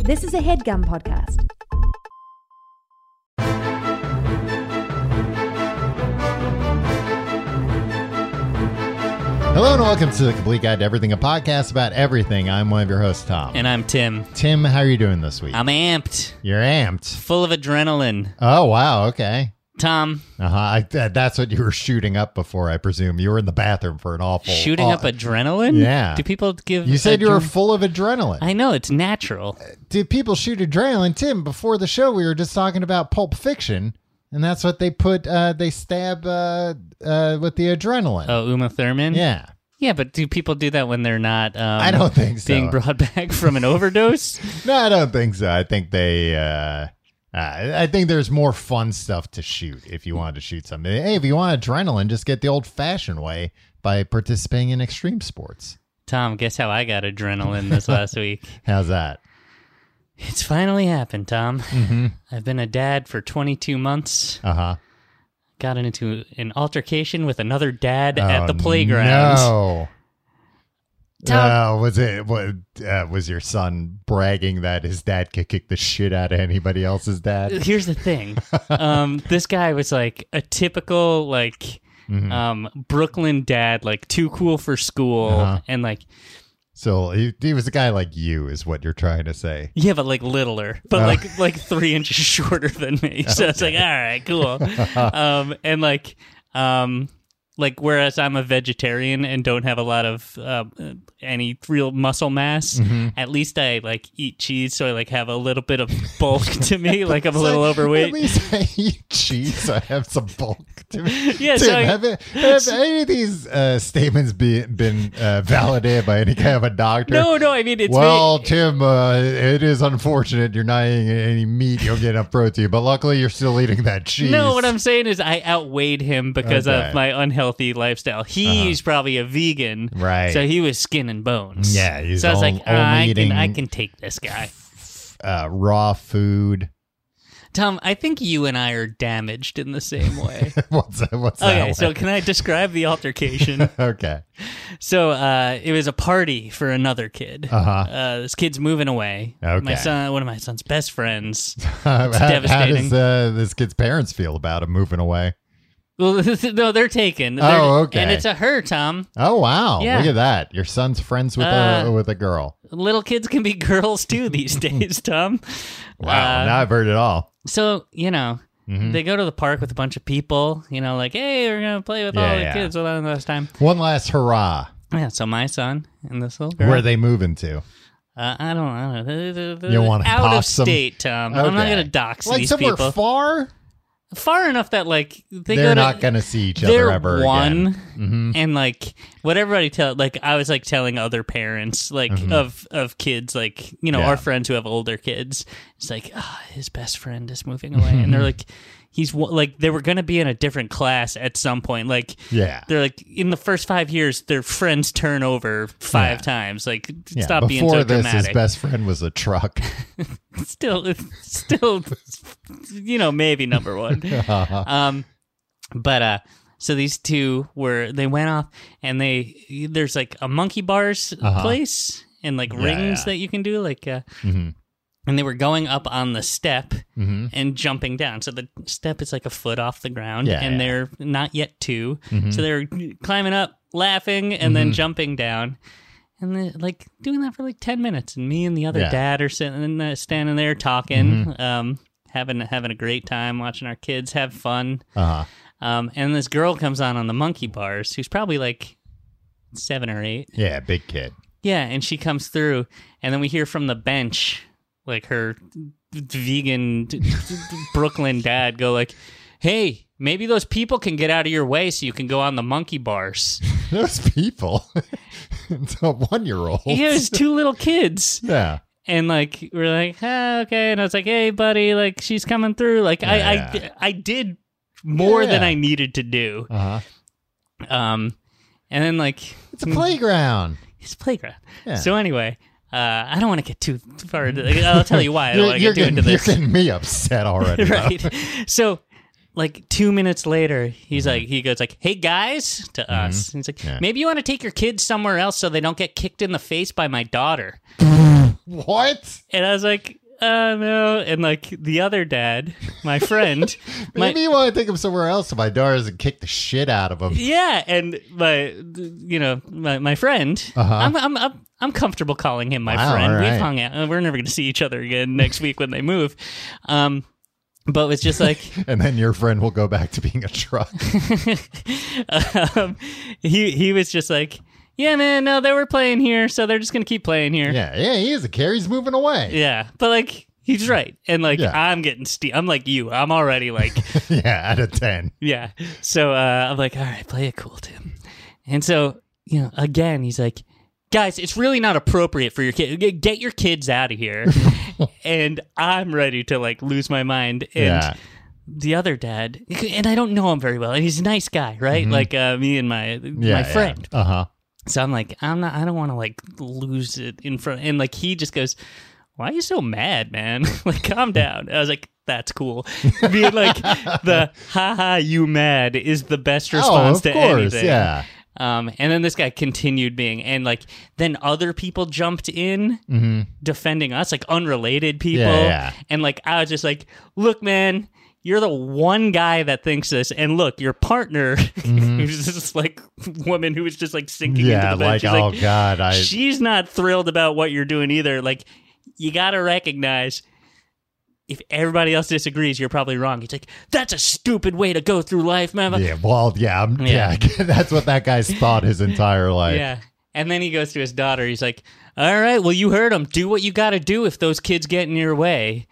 This is a headgum podcast. Hello and welcome to the Complete Guide to Everything, a podcast about everything. I'm one of your hosts, Tom. And I'm Tim. Tim, how are you doing this week? I'm amped, You're amped. full of adrenaline. Oh wow, okay. Tom, Uh huh. I, th- that's what you were shooting up before, I presume. You were in the bathroom for an awful shooting aw- up adrenaline? Oh, Yeah. Do people give. You said you were adre- full of adrenaline. I know, it's natural. Did people shoot adrenaline, Tim? Before the show, we were just talking about Pulp Fiction, and that's what they put. Uh, they stab uh, uh, with the adrenaline. Oh, Uma Thurman? Yeah, Yeah, but do people do that when they're not. Um, I don't think so. Being brought back from an overdose? No, I don't think so. I think they. Uh, uh, I think there's more fun stuff to shoot if you want to shoot something. Hey, if you want adrenaline, just get the old-fashioned way by participating in extreme sports. Tom, guess how I got adrenaline this last week? How's that? It's finally happened, Tom. Mm-hmm. I've been a dad for 22 months. Uh huh. Got into an altercation with another dad at the playground. Oh, No. Tom- Uh, was it? What, uh, was your son bragging that his dad could kick the shit out of anybody else's dad? here's the thing um this guy was like a typical like Mm-hmm. um brooklyn dad like too cool for school Uh-huh. and like So he, he was a guy like you, is what you're trying to say. yeah but like littler but Uh-huh. like like three inches shorter than me so it's like all right cool um and like um like whereas i'm a vegetarian and don't have a lot of uh, any real muscle mass Mm-hmm. at least i like eat cheese so i like have a little bit of bulk to me like i'm a little It's like, overweight At least I eat cheese. I have some bulk to me. Yeah, Tim, so I- have, it- have any of these uh, statements be, been uh, validated by any kind of a doctor? no no i mean it's well, me- Tim, uh, it is unfortunate you're not eating any meat. You'll get enough protein, but luckily you're still eating that cheese. No, what I'm saying is I outweighed him because Okay. Uh-huh. of my unhealthy lifestyle. He's probably a vegan, Right. So he was skin and bones. Yeah, he's so I was on- like, "Ah, I eating- can, I can take this guy. uh, raw food. Tom, I think you and I are damaged in the same way. what's that? What's that? okay, one? so can I describe the altercation? okay, so uh, it was a party for another kid. uh huh. Uh, this kid's moving away. Okay. My son, one of my son's best friends. how, how does devastating. uh, this kid's parents feel about him moving away? Well, no, they're taken. They're- Oh, okay. And it's a her, Tom. Oh wow! Yeah. Look at that. Your son's friends with a Uh, with a girl. little kids can be girls too these days, Tom. Wow, Mm-hmm. Uh, now I've heard it all. so you know, they go to the park with a bunch of people. You know, like, hey, we're gonna play with Yeah, all the yeah. kids with all last time. One last hurrah. Yeah. So my son and this little girl. Where are they moving to? Uh, I don't I don't know. You wanna out of dox 'em? state, Tom. I'm not Okay. gonna dox like these somewhere people far. far enough that like they They are go to, not going to see each they're other ever one, again. Mm-hmm. and like what everybody tell, like I was like telling other parents, like of of kids, like you know Mm-hmm. Yeah. our friends who have older kids, it's like ah, his best friend is moving away, and they're like, he's one- like they were gonna be in a different class at some point, like Yeah. they're like in the first five years, their friends turn over five times, like Yeah, stop being Before so this, dramatic. his best friend was a truck. still still you know maybe number one um but uh so these two were they went off and they there's like a monkey bars place and like Uh-huh. rings yeah. that you can do like uh Mhm. and they were going up on the step hmm and jumping down so the step is like a foot off the ground Yeah, and yeah. Mm-hmm. they're not yet 2 so they're climbing up laughing and then jumping down and then, like doing that for like 10 minutes and me and the other Yeah. dad are sitting uh, standing there talking um having having a great time watching our kids have fun Uh-huh. um and this girl comes on on the monkey bars who's probably like 7 or 8 Yeah, big kid. yeah, and she comes through, and then we hear from the bench, like her vegan d- d- Brooklyn dad go like, "Hey, maybe those people can get out of your way so you can go on the monkey bars." Those people. it's a one-year-old. yeah, it was two little kids, Yeah. and like we're like, ah, "Okay," and I was like, "Hey, buddy, like she's coming through." Like Yeah. I, I, I did more than Yeah. I needed to do. Uh-huh. Um, and then like It's a playground. his playground. Yeah. So anyway, uh, I don't want to get too far. Into, I'll tell you why I don't You're, want to you're get too getting, into you're this. getting me upset already. though. right. So, like two minutes later, he's like, he goes like, "Hey guys," to us. He's like, Mm-hmm. Yeah. "Maybe you want to take your kids somewhere else so they don't get kicked in the face by my daughter." What? And I was like, oh no. And like the other dad, my friend, my, Maybe you want to take him somewhere else if my daughter doesn't kick the shit out of him. yeah, and my, you know, my, my friend, Uh-huh. I'm, I'm, I'm, I'm comfortable calling him my Wow, friend. all right. We've hung out. We're never going to see each other again next week when they move. Um, but it's just like, And then your friend will go back to being a truck. um, he he was just like, yeah, man, no, they were playing here, so they're just gonna keep playing here. yeah, yeah, he is a care. He's moving away. Yeah. but like he's right, and like Yeah. I'm getting ste- I'm like you, I'm already like, Yeah, out of 10. yeah. So uh, I'm like, all right, play it cool, Tim. And so you know, again, he's like, guys, it's really not appropriate for your kid. G- Get your kids out of here. and I'm ready to like lose my mind. And yeah. the other dad, and I don't know him very well, and he's a nice guy, right? Like uh, me and my Mm-hmm. Yeah. my friend. Uh huh. So I'm like, I'm not, I don't want to like lose it in front. And like, he just goes, Why are you so mad, man? like, calm down. I was like, That's cool. Being like, the haha, you mad is the best oh, response of to course. anything. Yeah. Um, and then this guy continued being, and like, then other people jumped in Mm-hmm. defending us, like unrelated people. Yeah, yeah. And like, I was just like, Look, man. You're the one guy that thinks this, and look, your partner, who's this like woman who was just like sinking Mm-hmm. Yeah, into the bench, like, oh, she's God. I. she's not thrilled about what you're doing either. Like, you got to recognize if everybody else disagrees, you're probably wrong. It's like, that's a stupid way to go through life, man. Yeah. yeah, well, yeah, I'm, yeah. Yeah. that's what that guy's thought his entire life. And then he goes to his daughter. He's like, all right, well, you heard him. Do what you got to do if those kids get in your way.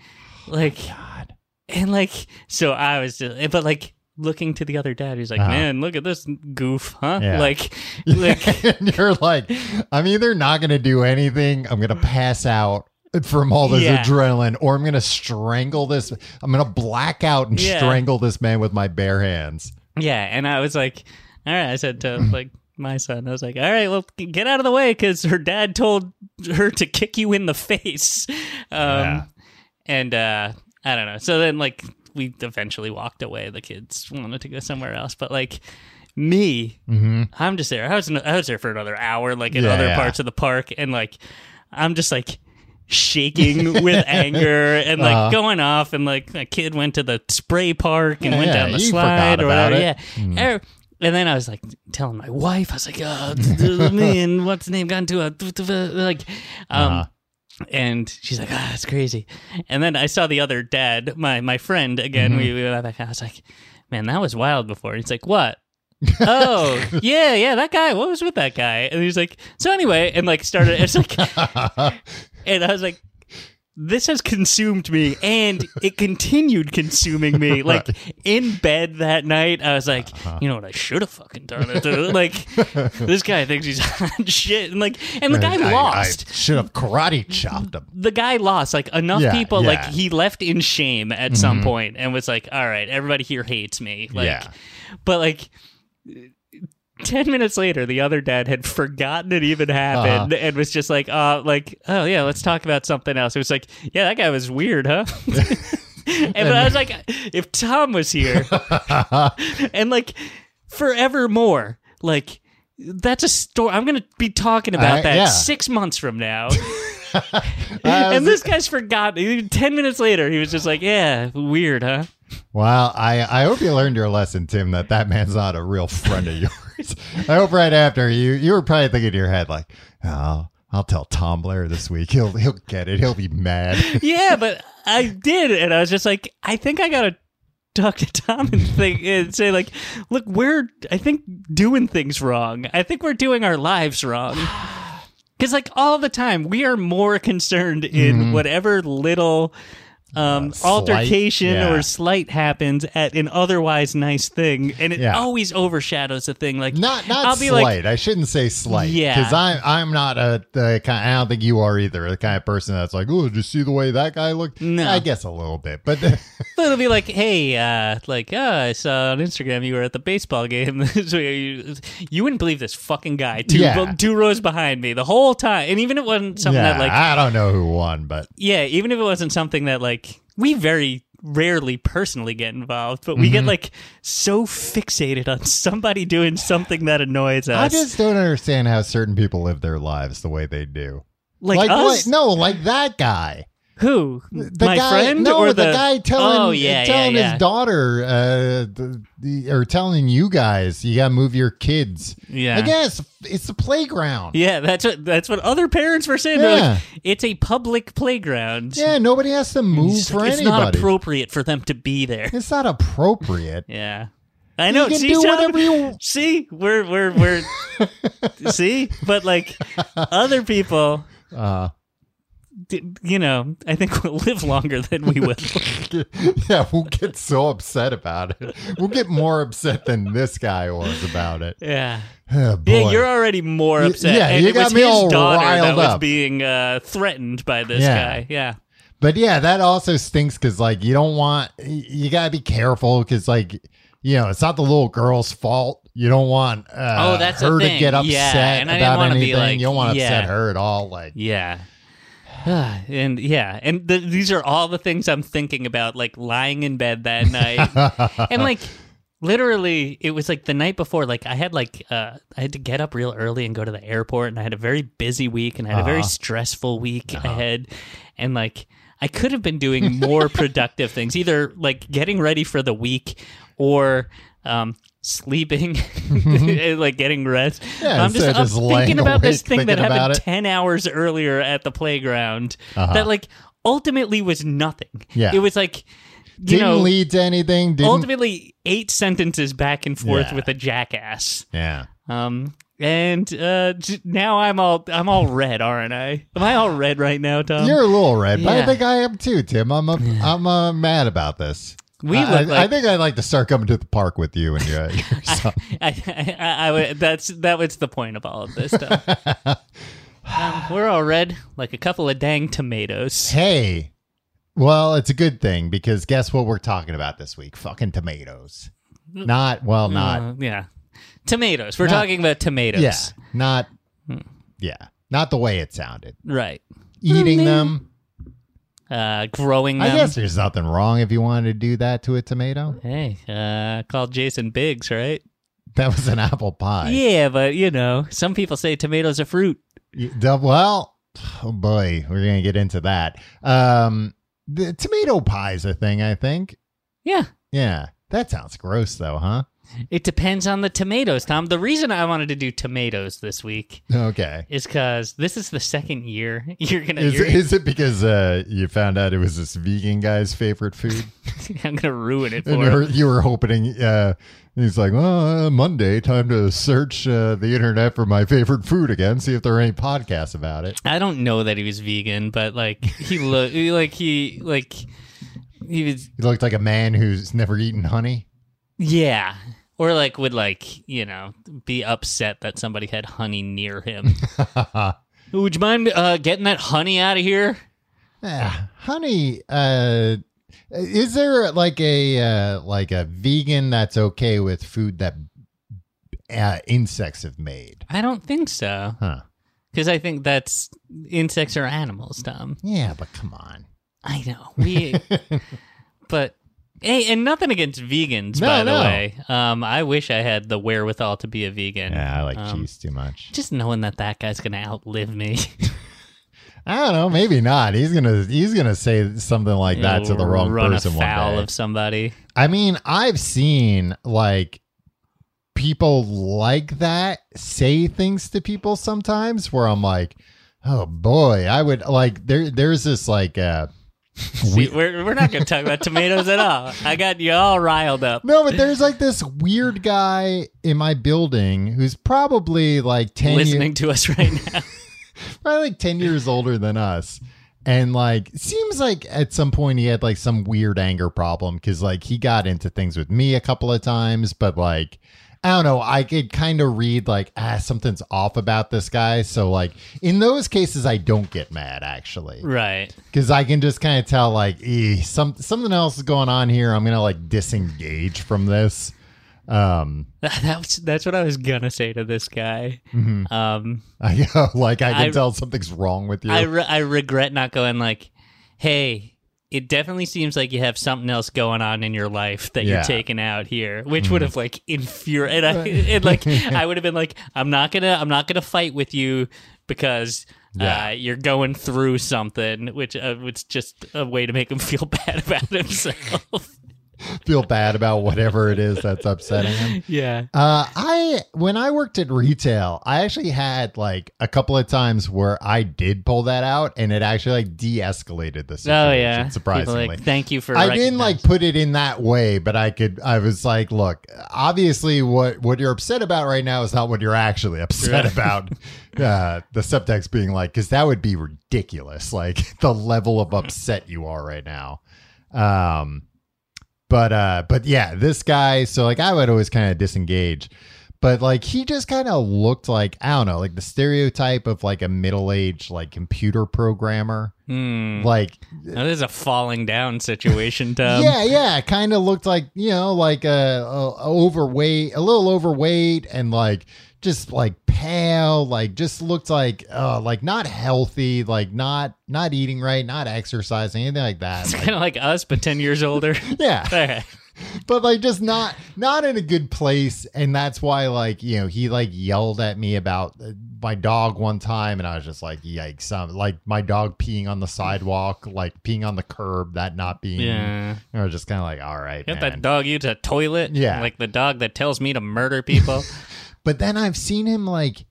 Like, God. and like, so I was, just, but like, looking to the other dad, he's like, Uh-huh. man, look at this goof, huh? Yeah. Like, like, and you're like, I'm either not going to do anything, I'm going to pass out from all this Yeah. adrenaline, or I'm going to strangle this. I'm going to black out and Yeah. strangle this man with my bare hands. Yeah, and I was like, all right. I said to like my son, I was like, all right, well, g- get out of the way because her dad told her to kick you in the face. Um, Yeah. And uh, I don't know. So then, like, we eventually walked away. The kids wanted to go somewhere else, but like me, Mm-hmm. I'm just there. I was I was there for another hour, like in Yeah, other yeah. parts of the park, and like I'm just like shaking with anger and like Uh-huh. going off, and like a kid went to the spray park and Yeah, went yeah, down the you slide forgot or about whatever. it. Mm. Yeah, Er- and then I was like telling my wife, I was like, oh, d- d- me and what's the name got into a d- d- d- like, um. Uh-huh. And she's like, ah, it's crazy. And then I saw the other dad, my my friend again. We, Mm-hmm. we went back. I was like, man, that was wild before. He's like, what? oh yeah yeah that guy what was with that guy and he's like so anyway and like started it's like and i was like this has consumed me and it continued consuming me like in bed that night i was like you know what i should have fucking done it to-" like this guy thinks he's on shit and like and the guy lost should have karate chopped him. the guy lost like enough Yeah, people yeah. Mm-hmm. like he left in shame at some point and was like all right everybody here hates me like Yeah. but like 10 minutes later the other dad had forgotten it even happened Uh-huh. and was just like uh like oh yeah let's talk about something else it was like yeah that guy was weird huh and but i was like if tom was here and like forevermore like that's a story i'm gonna be talking about I- that yeah. six months from now I was- and this guy's forgotten. Even Ten minutes later, he was just like, "Yeah, weird, huh?" Well, I, I hope you learned your lesson, Tim, that that man's not a real friend of yours. I hope right after you, you were probably thinking in your head, like, oh, I'll tell Tom Blair this week. He'll, he'll get it. He'll be mad. yeah, but I did, and I was just like, "I think I gotta talk to Tom and think and say like, look, we're I think doing things wrong. I think we're doing our lives wrong." Because like all the time, we are more concerned in whatever little um, slight, altercation yeah. or slight happens at an otherwise nice thing, and it Yeah. always overshadows a thing. Like Not not I'll be slight. like, I shouldn't say slight. Yeah. because I'm I'm not a the kind. I don't think you are either. The kind of person that's like, oh, did you see the way that guy looked? No. I guess a little bit, but But it'll be like, hey, uh, like, uh, I saw on Instagram you were at the baseball game. so you, you wouldn't believe this fucking guy two, Yeah. two rows behind me the whole time. And even if it wasn't something yeah, that, like, I don't know who won, but yeah, even if it wasn't something that, like, we very rarely personally get involved, but we get, Mm-hmm. like, so fixated on somebody doing something that annoys us. I just don't understand how certain people live their lives the way they do. Like, what? us? No, like that guy. Who? The My guy, friend no, or the, guy telling, Oh yeah, telling yeah, yeah. his daughter, uh, the, the, or telling you guys, you gotta move your kids. Yeah. I guess it's a playground. Yeah, that's what that's what other parents were saying. They're like, it's a public playground. Yeah, nobody has to move it's, for it's anybody. not appropriate for them to be there. it's not appropriate. Yeah, I know. you can see, do Tom? whatever you. see, we're we're we're see, but like other people, Uh, d- you know, I think will live longer than we will. yeah, we'll get so upset about it. We'll get more upset than this guy was about it. yeah. Oh, boy. Yeah, you're already more Y- upset. yeah, and you it got was me his all daughter that riled was up. being uh, threatened by this Yeah. guy. Yeah. But yeah, that also stinks because like you don't want you gotta be careful because like you know it's not the little girl's fault. You don't want uh, Oh, that's the her thing. to get upset Yeah, and I didn't about wanna be anything. like, you don't want to upset yeah. her at all. Like Yeah. and yeah, and th- these are all the things I'm thinking about, like lying in bed that night, and like literally, it was like the night before. Like I had like uh, I had to get up real early and go to the airport, and I had a very busy week, and I had a very Uh-huh. stressful week ahead, and like I could have been doing more productive things, either like getting ready for the week or. Um, sleeping and, like getting rest Mm-hmm. Yeah, i'm just, instead of up just laying thinking about this awake thing that thinking about happened it. 10 hours earlier at the playground Uh-huh. that like ultimately was nothing Yeah. it was like you didn't know lead to anything. Didn't ultimately eight sentences back and forth Yeah. with a jackass yeah. um and uh j- now i'm all i'm all red aren't i am i all red right now tom You're a little red, but um, yeah. I think I am too, Tim. I'm uh, I'm uh, mad about this. We I, look I- like- I think I'd like to start coming to the park with you and your, your son. I, I, I, I would- that's that was the point of all of this stuff um, we're all red like a couple of dang tomatoes Hey, well, it's a good thing because guess what we're talking about this week? Fucking tomatoes. Mm. Not well, not Uh, yeah tomatoes we're Not- talking about tomatoes yeah, not Mm. yeah, not the way it sounded. right Eating them. uh, growing Mm-hmm. them. I guess there's nothing wrong if you wanted to do that to a tomato. Hey, uh, called Jason Biggs, right? That was an apple pie. yeah, but you know, some people say tomatoes are fruit. You- the- Well, oh boy, we're gonna get into that. Um, the tomato pie's a thing, I think. Yeah, Yeah, that sounds gross though, huh? it depends on the tomatoes, Tom. The reason I wanted to do tomatoes this week Okay. is because this is the second year you're gonna. Is, you're- is it because uh, you found out it was this vegan guy's favorite food? I'm gonna ruin it And for you him. were, you were hoping, uh, he's like, well, uh, Monday, time to search uh, the internet for my favorite food again, see if there are any podcasts about it. I don't know that he was vegan, but like he looked like he like he was He looked like a man who's never eaten honey. yeah. Or like would like you know be upset that somebody had honey near him. Would you mind uh, getting that honey out of here? Ah, honey, uh, is there like a uh, like a vegan that's okay with food that uh, insects have made? I don't think so. Huh. Because I think that's insects or animals, Tom. Yeah, but come on. I know. We, but hey, and nothing against vegans, No, by the no. way. Um, I wish I had the wherewithal to be a vegan. Yeah, I like Um, cheese too much. Just knowing that that guy's gonna outlive me. I don't know. Maybe not. He's gonna he's gonna say something like that to the wrong run person one afoul day. of somebody. I mean, I've seen like people like that say things to people sometimes where I'm like, oh boy, I would like there. There's this like uh, See, we're we're not gonna talk about tomatoes at all. I got you all riled up. no, but there's like this weird guy in my building who's probably like ten years. Listening to us right now. probably like 10 years older than us and like seems like at some point he had like some weird anger problem because like he got into things with me a couple of times but like i don't know i could kind of read like ah something's off about this guy so like in those cases i don't get mad actually right. because i can just kind of tell like eh, some, something else is going on here i'm gonna like disengage from this um That's that's what I was gonna say to this guy. Mm-hmm. Um, i like i can I- tell something's wrong with you I, re- I regret not going like, hey, it definitely seems like you have something else going on in your life that you're Yeah. Mm-hmm. taking out here, which would have like infuriated. And, I- and like I would have been like, I'm not gonna, I'm not gonna fight with you because Yeah. Uh, you're going through something, which uh, it's just a way to make him feel bad about himself. Feel bad about whatever it is that's upsetting him. yeah. Uh, I when I worked at retail, I actually had like a couple of times where I did pull that out, and it actually like de-escalated the situation. Oh yeah. surprisingly. People are like, Thank you for. I didn't recognizing- like put it in that way, but I could. I was like, look, obviously, what what you're upset about right now is not what you're actually upset about. Uh, the subtext being like, because that would be ridiculous. Like the level of upset you are right now. Um, but uh, but yeah, this guy. So like, I would always kind of disengage. But like he just kind of looked like I don't know, like the stereotype of like a middle-aged like computer programmer. Hmm. Like Now, this is a falling down situation, um, Tom. yeah, yeah, kind of looked like you know, like a, a, a overweight, a little overweight, and like just like pale, like just looked like uh, like not healthy, like not not eating right, not exercising, anything like that. It's Like, kind of like us, but ten years older. yeah, Alright. but like just not not in a good place and that's why like you know he like yelled at me about uh, my dog one time and i was just like yikes um, like my dog peeing on the sidewalk like peeing on the curb that not being Yeah. and i was just kind of like all right Get man. that dog you to toilet. Yeah. Like the dog that tells me to murder people. but then i've seen him like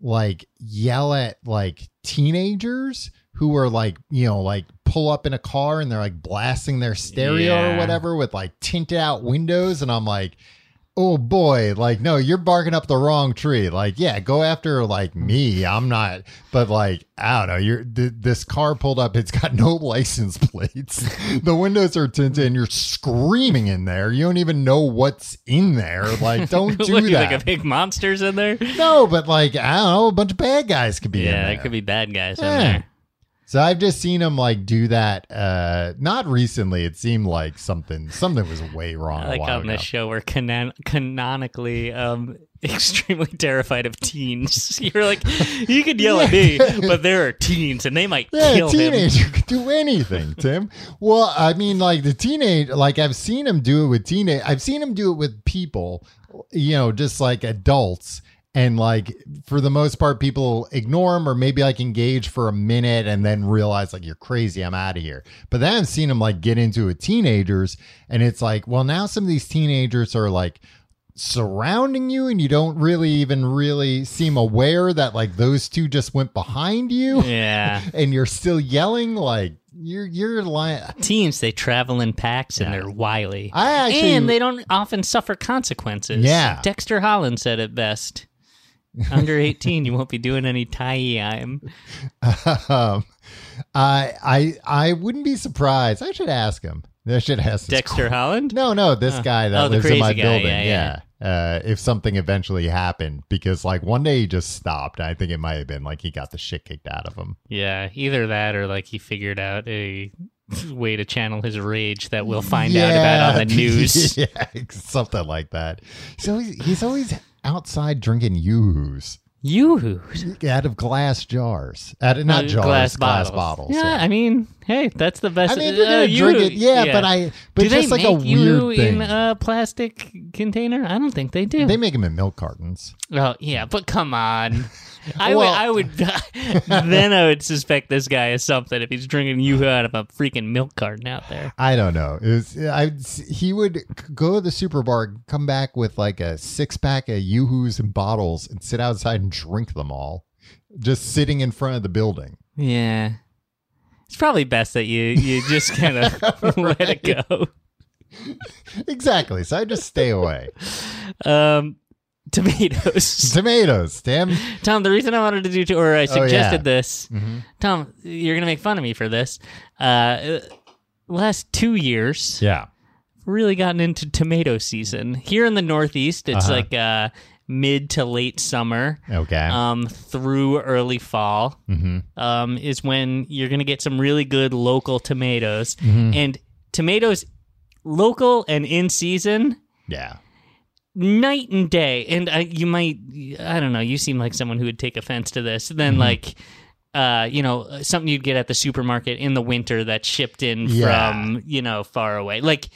like yell at like teenagers who are like you know like pull up in a car and they're like blasting their stereo or Yeah. whatever with like tinted out windows and i'm like oh boy like no you're barking up the wrong tree like yeah go after like me i'm not but like i don't know you're th- this car pulled up it's got no license plates the windows are tinted and you're screaming in there you don't even know what's in there like don't do What, you that Like a big monster's in there. no, but like I don't know, a bunch of bad guys could be. in Yeah, there. it could be bad guys Yeah. in there. So I've just seen him like do that. Uh, not recently. It seemed like something something was way wrong. I a like while on ago. this show we're canon- canonically um, extremely terrified of teens. You're like, you could yell at me, but there are teens and they might Yeah, a kill him. teenager could do anything, Tim. Well, I mean, like the teenage, like I've seen him do it with teenage. I've seen him do it with people, you know, just like adults, and like for the most part, people ignore him or maybe like engage for a minute and then realize like you're crazy, I'm out of here. But then I've seen him like get into it with teenagers, and it's like, well, now some of these teenagers are like surrounding you and you don't really even really seem aware that like those two just went behind you Yeah. and you're still yelling like you're you're lying. Teens, they travel in packs and they're wily. I actually and they don't often suffer consequences. Yeah. Dexter Holland said it best. Under 18, you won't be doing any time. um, I I I wouldn't be surprised. I should ask him. I should ask this Dexter Holland? No, no, this guy that oh, the lives in my crazy guy. building. Yeah, yeah. Uh, if something eventually happened, because like one day he just stopped. I think it might have been like he got the shit kicked out of him. Yeah, either that or like he figured out a way to channel his rage that we'll find out Yeah. about on the news. yeah, something like that. So he's, he's always outside drinking yoo-hoos You out of glass jars, out of not Uh, jars, glass, bottles. Yeah, I mean, hey, that's the best. I mean, if you're uh, gonna you- drink it, yeah, But I, but do just they like make a weird you thing. in uh, a plastic container? I don't think they do. they make them in milk cartons. oh, yeah, but come on. I Well- would, I would, then I would suspect this guy is something if he's drinking you out of a freaking milk carton out there. I don't know. It was, I, he would c- go to the super bar, come back with like a six pack of yoo-hoos and bottles, and sit outside and drink them all, just sitting in front of the building. Yeah. It's probably best that you, you just kind of let it go. Exactly. So I just stay away. Um, tomatoes. Tomatoes, Tim. Tom, the reason I wanted to do, to, or Oh, I yeah. suggested this, Mhm. Tom, you're going to make fun of me for this. Uh, uh, last two years, Yeah. really gotten into tomato season. Here in the Northeast, it's Uh-huh. like uh, mid to late summer Okay. um, through early fall Mhm. um, is when you're going to get some really good local tomatoes. Mm-hmm. And tomatoes, local and in season, Yeah. night and day and I, you might i don't know you seem like someone who would take offense to this then Mm-hmm. like uh, you know something you'd get at the supermarket in the winter that's shipped in Yeah. from you know far away like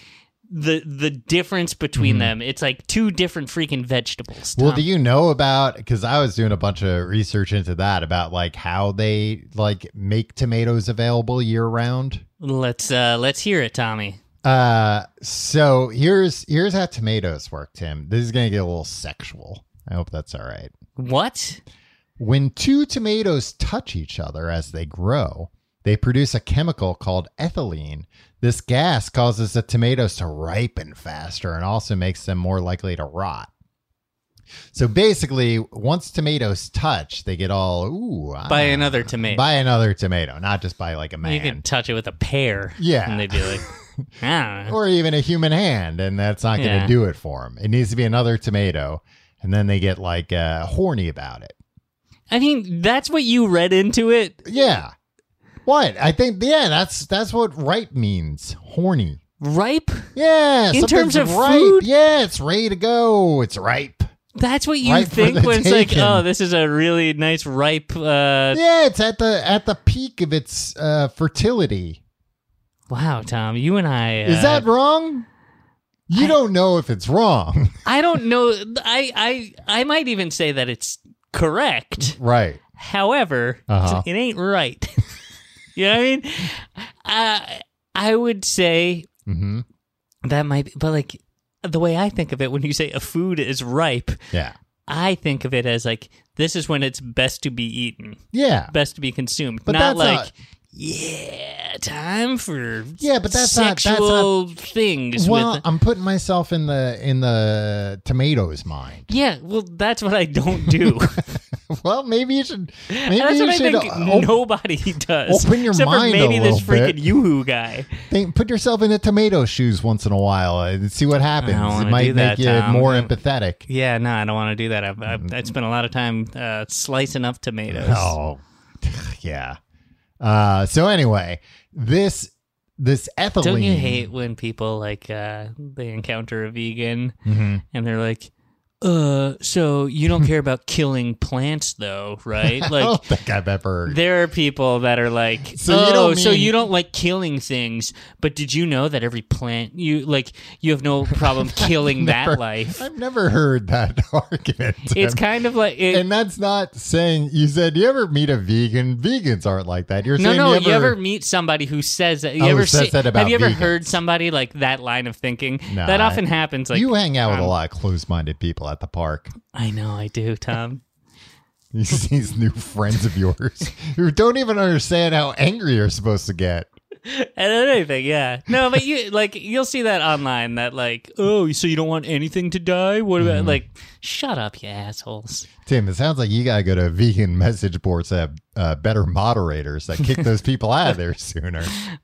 the the difference between them. It's like two different freaking vegetables. Mm-hmm. Well, Tom. do you know about? Because I was doing a bunch of research into that about like how they like make tomatoes available year round. let's uh let's hear it, Tommy. Uh, so here's here's how tomatoes work, Tim. This is gonna get a little sexual. I hope that's all right. What? When two tomatoes touch each other as they grow, they produce a chemical called ethylene. This gas causes the tomatoes to ripen faster and also makes them more likely to rot. So basically, once tomatoes touch, they get all ooh ah, By another tomato. by another tomato, not just by like a You can man touch it with a pear. Yeah. And they'd be like, "Ah." I don't know. or even a human hand, and that's not going to Yeah. do it for them. It needs to be another tomato, and then they get like uh, horny about it. I mean, that's what you read into it. Yeah. What? I think yeah, that's that's what ripe means. Horny. Ripe? Yeah. In something's terms of ripe. food? Yeah, it's ready to go. It's ripe. That's what you Ripe for think the when it's like, taking. oh, this is a really nice ripe. Uh, Yeah, it's at the at the peak of its uh, fertility. Wow, Tom, you and I. Uh, Is that wrong? You don't know if it's wrong. I don't know. I I I might even say that it's correct. right. However, Uh-huh. it ain't right. you know what I mean? Uh, I would say Mm-hmm. that might, be, but like the way I think of it, when you say a food is ripe, Yeah. I think of it as like this is when it's best to be eaten, Yeah. best to be consumed, But not that's like. not- yeah, time for Yeah, but that's not- that's not- sexual things. Well, with, I'm putting myself in the in the tomatoes mind. Yeah, well, that's what I don't do. Well, maybe you should. Maybe that's you what I should think uh, op- nobody does. open your except mind a for maybe this little bit. freaking yoo-hoo guy. think, put yourself in the tomato shoes once in a while and see what happens. wanna It might do make that, you Tom. more Mm. empathetic. Yeah, no, I don't want to do that. I've, I've, I've spent a lot of time uh, slicing up tomatoes. Oh, yeah. Uh, so anyway, this this ethylene. Don't you hate when people like uh, they encounter a vegan Mhm. and they're like, "Uh, so you don't care about killing plants, though, right?" I Like, don't think I've ever. there are people that are like, So oh, you don't so mean- you don't like killing things, but did you know that every plant you like, you have no problem killing never- that life? I've never heard that argument. It's kind of like it, and that's not saying you said you ever meet a vegan. Vegans aren't like that. You're no, saying no. you ever, meet somebody who says that? You Oh, ever who says see- that about have you ever vegans. heard somebody like that line of thinking? Nah, that I- often happens. Like you hang out with a um, lot of closed-minded people at the park. I know I do, Tom. These, these new friends of yours who don't even understand how angry you're supposed to get. and anything, yeah. No, but you like you'll see that online. That like, oh, so you don't want anything to die? What Mm-hmm. about like? Shut up, you assholes. Tim, it sounds like you gotta go to vegan message boards that have uh, better moderators that kick those people out of there sooner.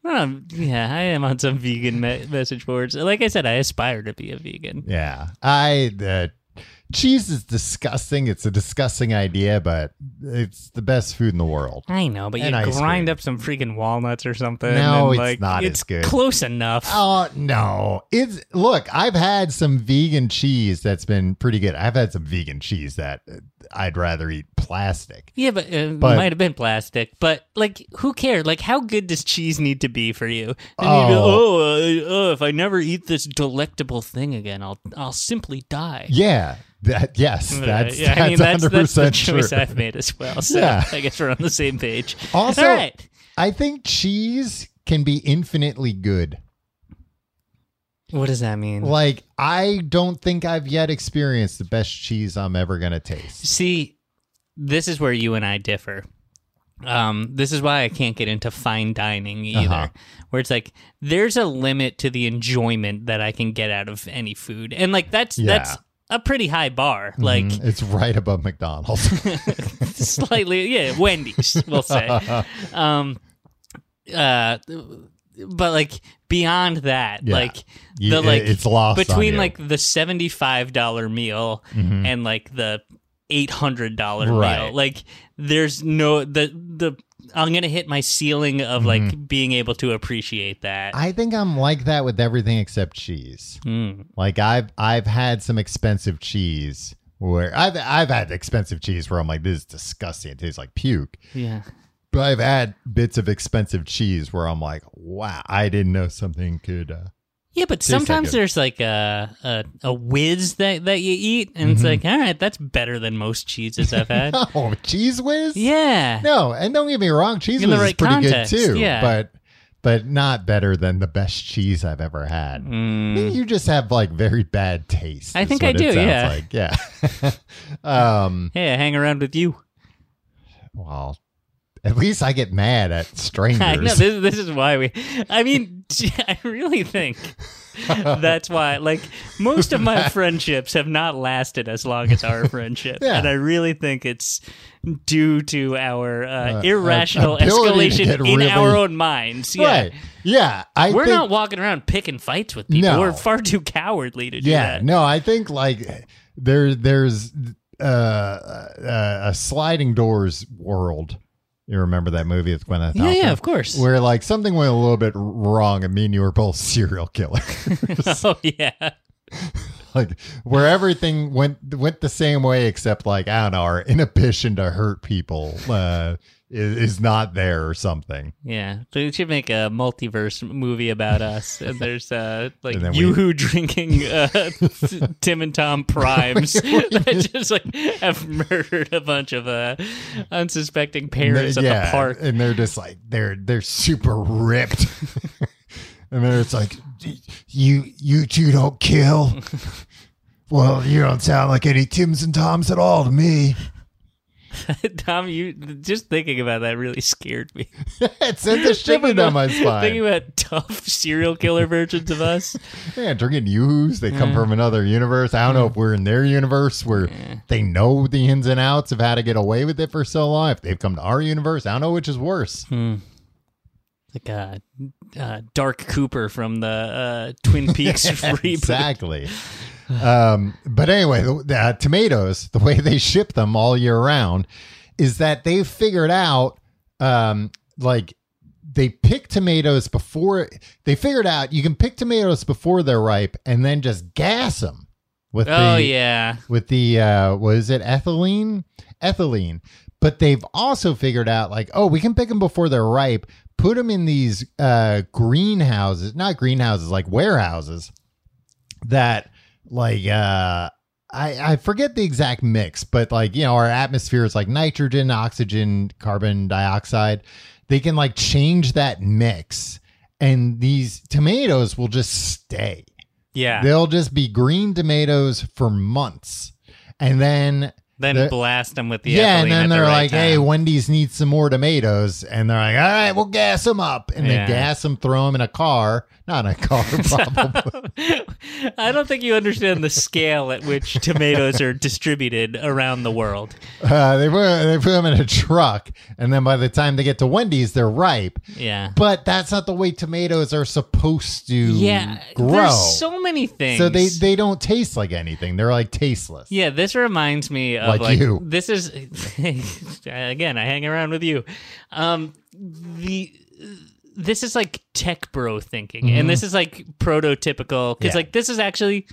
Um, yeah, I am on some vegan me- message boards. Like I said, I aspire to be a vegan. Yeah, I uh, cheese is disgusting. It's a disgusting idea, but it's the best food in the world. I know, but you And ice grind cream. up some freaking walnuts or something. No, and, it's like, not It's as good. close enough. Oh no! It's look. I've had some vegan cheese that's been pretty good. I've had some vegan cheese that uh, I'd rather eat plastic. Yeah, but, uh, But- it might have been plastic. But like, who cared? Like, how good does cheese need to be for you? And you go, oh, uh, uh, if I never eat this delectable thing again, I'll I'll simply die. Yeah. That yes, Uh, that's yeah, that's I mean that's hundred that's the percent true. choice I've made as well. So Yeah. I guess we're on the same page. Also- all right. I think cheese can be infinitely good. What does that mean? Like I don't think I've yet experienced the best cheese I'm ever gonna taste. See, this is where you and I differ. Um, this is why I can't get into fine dining either, Uh-huh. where it's like there's a limit to the enjoyment that I can get out of any food, and like that's Yeah. that's a pretty high bar. Like Mm, it's right above McDonald's. slightly, yeah, Wendy's, we'll say. Um, uh, but like beyond that, Yeah. like You- the it- like it's lost on you. between Mm-hmm. like the seventy five dollar meal and like the eight hundred dollar Right. meal. Like there's no the the I'm gonna hit my ceiling of like being able to appreciate that. Mm-hmm. I think I'm like that with everything except cheese. Mm. Like I've I've had some expensive cheese where I've I've had expensive cheese where I'm like, this is disgusting. It tastes like puke. Yeah. But I've had bits of expensive cheese where I'm like, wow, I didn't know something could uh, Yeah, but Tastes that sometimes good. there's like a, a a whiz that that you eat, and Mm-hmm. it's like, all right, that's better than most cheeses I've had. Oh, cheese whiz? yeah, No, and don't get me wrong, cheese In whiz the is right pretty context, good too. yeah. But but not better than the best cheese I've ever had. Mm, You just have like very bad taste. I is think what I it do, sounds Like. Yeah. um. hey, I hang around with you. Well, at least I get mad at strangers. I know this, this is why we. I mean, I really think that's why. Like most of my friendships have not lasted as long as our friendship, Yeah. and I really think it's due to our uh, Uh, irrational ab- ability to escalation get in really- our own minds. Yeah. Right. Yeah. I We're think, not walking around picking fights with people. No. We're far too cowardly to do yeah that. no i think like there there's uh, uh a sliding doors world you remember that movie with gwyneth Yeah, yeah, Paltrow? of course. where like something went a little bit wrong and me and you were both serial killers oh yeah. like where everything went went the same way except like i don't know our inhibition to hurt people uh is, is not there or something Yeah, they should make a multiverse movie about us. And there's uh, like And then we- YooHoo drinking uh, Tim and Tom Primes that just like have murdered a bunch of uh, unsuspecting parents And at they- the park. And they're just like they're they're super ripped. and then it's like you you two don't kill. well, you don't sound like any Tims and Toms at all to me. Tom, you just thinking about that really scared me. it sent the shiver Thinking down my about- Thinking spine. about tough serial killer versions of us. Yeah, drinking yoo-hoos. They Mm. come from another universe. I don't know if we're in their universe where they know the ins and outs of how to get away with it for so long. If they've come to our universe, I don't know which is worse. Like uh, uh, Dark Cooper from the uh, Twin Peaks reboot. exactly. um, but anyway, the, the, uh, tomatoes, the way they ship them all year round is that they've figured out, um, like, they pick tomatoes before they figured out you can pick tomatoes before they're ripe and then just gas them with Oh the yeah. with the uh what is it ethylene ethylene but they've also figured out like oh we can pick them before they're ripe put them in these uh greenhouses not greenhouses like warehouses that like uh I, I forget the exact mix, but like, you know, our atmosphere is like nitrogen, oxygen, carbon dioxide. They can like change that mix, and these tomatoes will just stay. Yeah. They'll just be green tomatoes for months. And then, Then They're- blast them with the yeah, ethylene and at then the they're right like, hey, time. Wendy's needs some more tomatoes. And they're like, all right, we'll gas them up. And Yeah. they gas them, throw them in a car. Not in a car, probably. I don't think you understand the scale at which tomatoes are distributed around the world. uh, they, put, they put them in a truck. And then by the time they get to Wendy's, they're ripe. Yeah. But that's not the way tomatoes are supposed to yeah. grow. There's so many things. So they, they don't taste like anything. They're like tasteless. Yeah, this reminds me of Like like, you. this is again, I hang around with you. Um the this is like tech bro thinking. And this is like prototypical Mm-hmm. cuz Yeah. like this is actually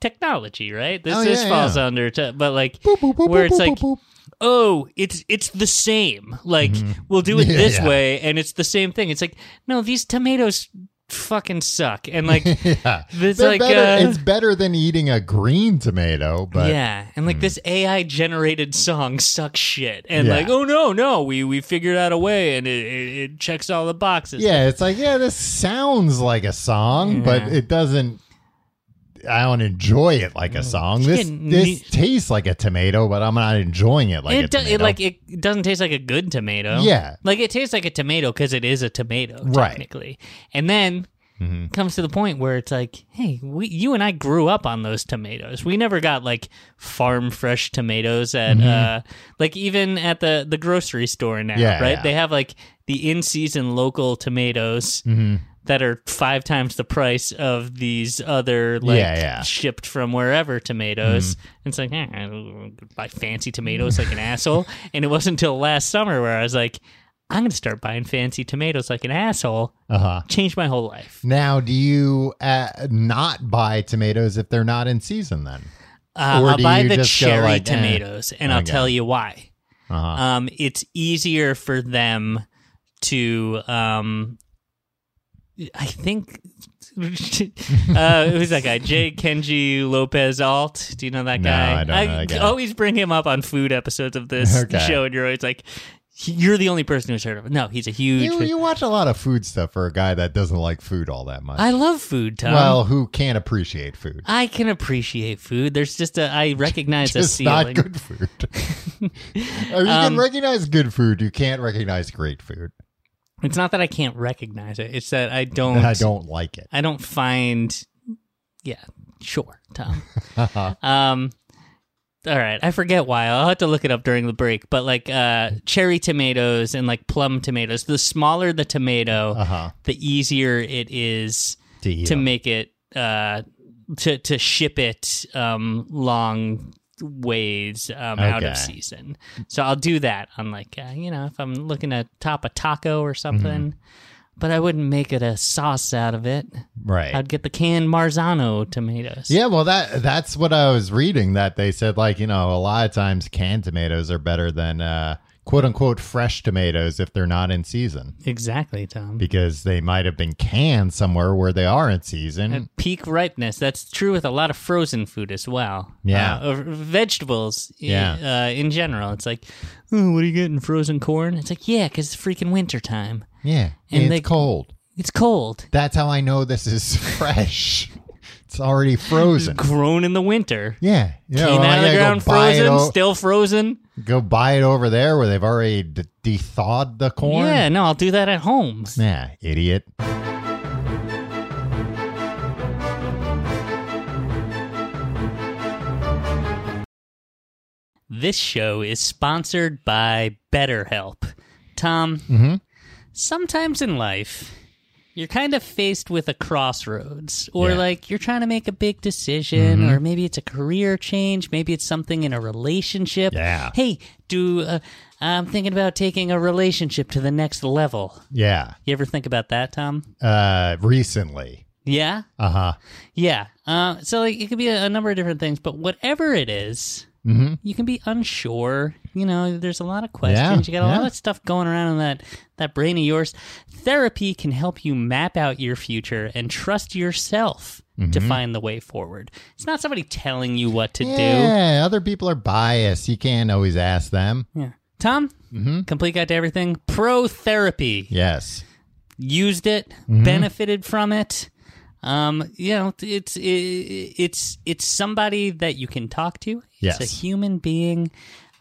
technology, right? This Oh, this yeah, falls yeah. under te- but like Boop, boop, boop, where boop, it's boop, like boop, boop. oh, it's it's the same. Like we'll do it Mm-hmm. Yeah, this yeah. way, and it's the same thing. It's like no, these tomatoes fucking suck, and like yeah. It's They're like, better- uh, it's better than eating a green tomato, but mm. yeah, and like this AI generated song sucks shit, and Yeah. like oh no no, we we figured out a way, and it it, it checks all the boxes. yeah, it's like yeah, this sounds like a song, but Yeah. it doesn't. I don't enjoy it like Mm. a song. This Chicken this ne- tastes like a tomato, but I'm not enjoying it like And a it, do- tomato. it like it doesn't taste like a good tomato. Yeah. like it tastes like a tomato because it is a tomato Right. technically. And then Mhm. comes to the point where it's like, hey, we, you and I grew up on those tomatoes. We never got like farm fresh tomatoes at Mm-hmm. uh, like even at the the grocery store now, Yeah, right? yeah. They have like the in season local tomatoes. Mhm. That are five times the price of these other, like Yeah, yeah. Mm-hmm. shipped from wherever tomatoes. And it's like, eh, I don't buy fancy tomatoes like an asshole. And it wasn't until last summer where I was like, I'm going to start buying fancy tomatoes like an asshole. uh-huh. Changed my whole life. Now, do you uh, not buy tomatoes if they're not in season? Then, Uh, Or I'll do buy you the just go cherry like, eh. tomatoes, and I'll Okay. tell you why. uh-huh. Um, it's easier for them to um, I think uh, who's that guy? Jay Kenji Lopez Alt. Do you know that No, guy? I don't know that guy. always bring him up on food episodes of this Okay. show, and you're always like, "You're the only person who's heard of him." No, he's a huge. You, you watch a lot of food stuff for a guy that doesn't like food all that much. I um, love food, Tom. well, who can't appreciate food? I can appreciate food. There's just a I recognize a It's ceiling. Um, not good food. I mean, you can recognize good food. You can't recognize great food. It's not that I can't recognize it. It's that I don't. And I don't like it. I don't find. Yeah, sure, Tom. um, all right, I forget why. I'll have to look it up during the break. But like uh, cherry tomatoes and like plum tomatoes, the smaller the tomato, Uh huh. the easier it is To eat to 'em. make it uh, to to ship it um, long ways um, out Okay. of season. So I'll do that on like uh, you know if I'm looking to top a taco Mm-hmm. or something. But I wouldn't make it a sauce out of it. right. I'd get the canned Marzano tomatoes. Yeah, well that that's what I was reading that they said like, you know, a lot of times canned tomatoes are better than uh quote unquote fresh tomatoes if they're not in season Exactly, Tom. because they might have been canned somewhere where they are in season. At peak ripeness. That's true with a lot of frozen food as well. Yeah. Uh, or vegetables i- Yeah. uh, in general. It's like, oh, what are you getting? Frozen corn? It's like, yeah, because it's freaking wintertime. yeah. and it's they- cold. It's cold. That's how I know this is fresh. it's already frozen. Grown in the winter. Yeah. You know, Came I out of the gotta go ground buy it frozen, o- still frozen. go buy it over there where they've already de- thawed the corn. Yeah, no, I'll do that at home. Yeah, idiot. This show is sponsored by BetterHelp. Tom, Mhm. sometimes in life, you're kind of faced with a crossroads, or Yeah. Mm-hmm. like you're trying to make a big decision, or maybe it's a career change, maybe it's something in a relationship. Yeah. Hey, do uh, I'm thinking about taking a relationship to the next level. Yeah. You ever think about that, Tom? Uh recently. Yeah. Uh-huh. Yeah. Uh, so like, it could be a, a number of different things, but whatever it is, Mm-hmm. you can be unsure. You know, there's a lot of questions. Yeah, you got a yeah. lot of stuff going around in that that brain of yours. Therapy can help you map out your future and trust yourself Mm-hmm. to find the way forward. It's not somebody telling you what to do. Yeah, other people are biased. You can't always ask them. Yeah. Tom, Mm-hmm. complete guide to everything. Pro therapy. Yes. used it, Mm-hmm. benefited from it. Um, you know, it's i it's it's somebody that you can talk to. Yes. It's a human being.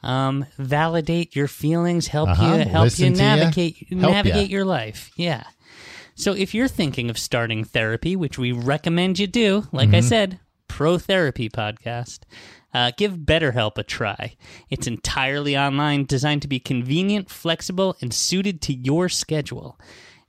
Um, validate your feelings, help Uh-huh. you help Listen you to ya. navigate Help ya. navigate your life. Yeah. So if you're thinking of starting therapy, which we recommend you do, like I said, Pro Therapy Podcast, uh, give BetterHelp a try. It's entirely online, designed to be convenient, flexible, and suited to your schedule.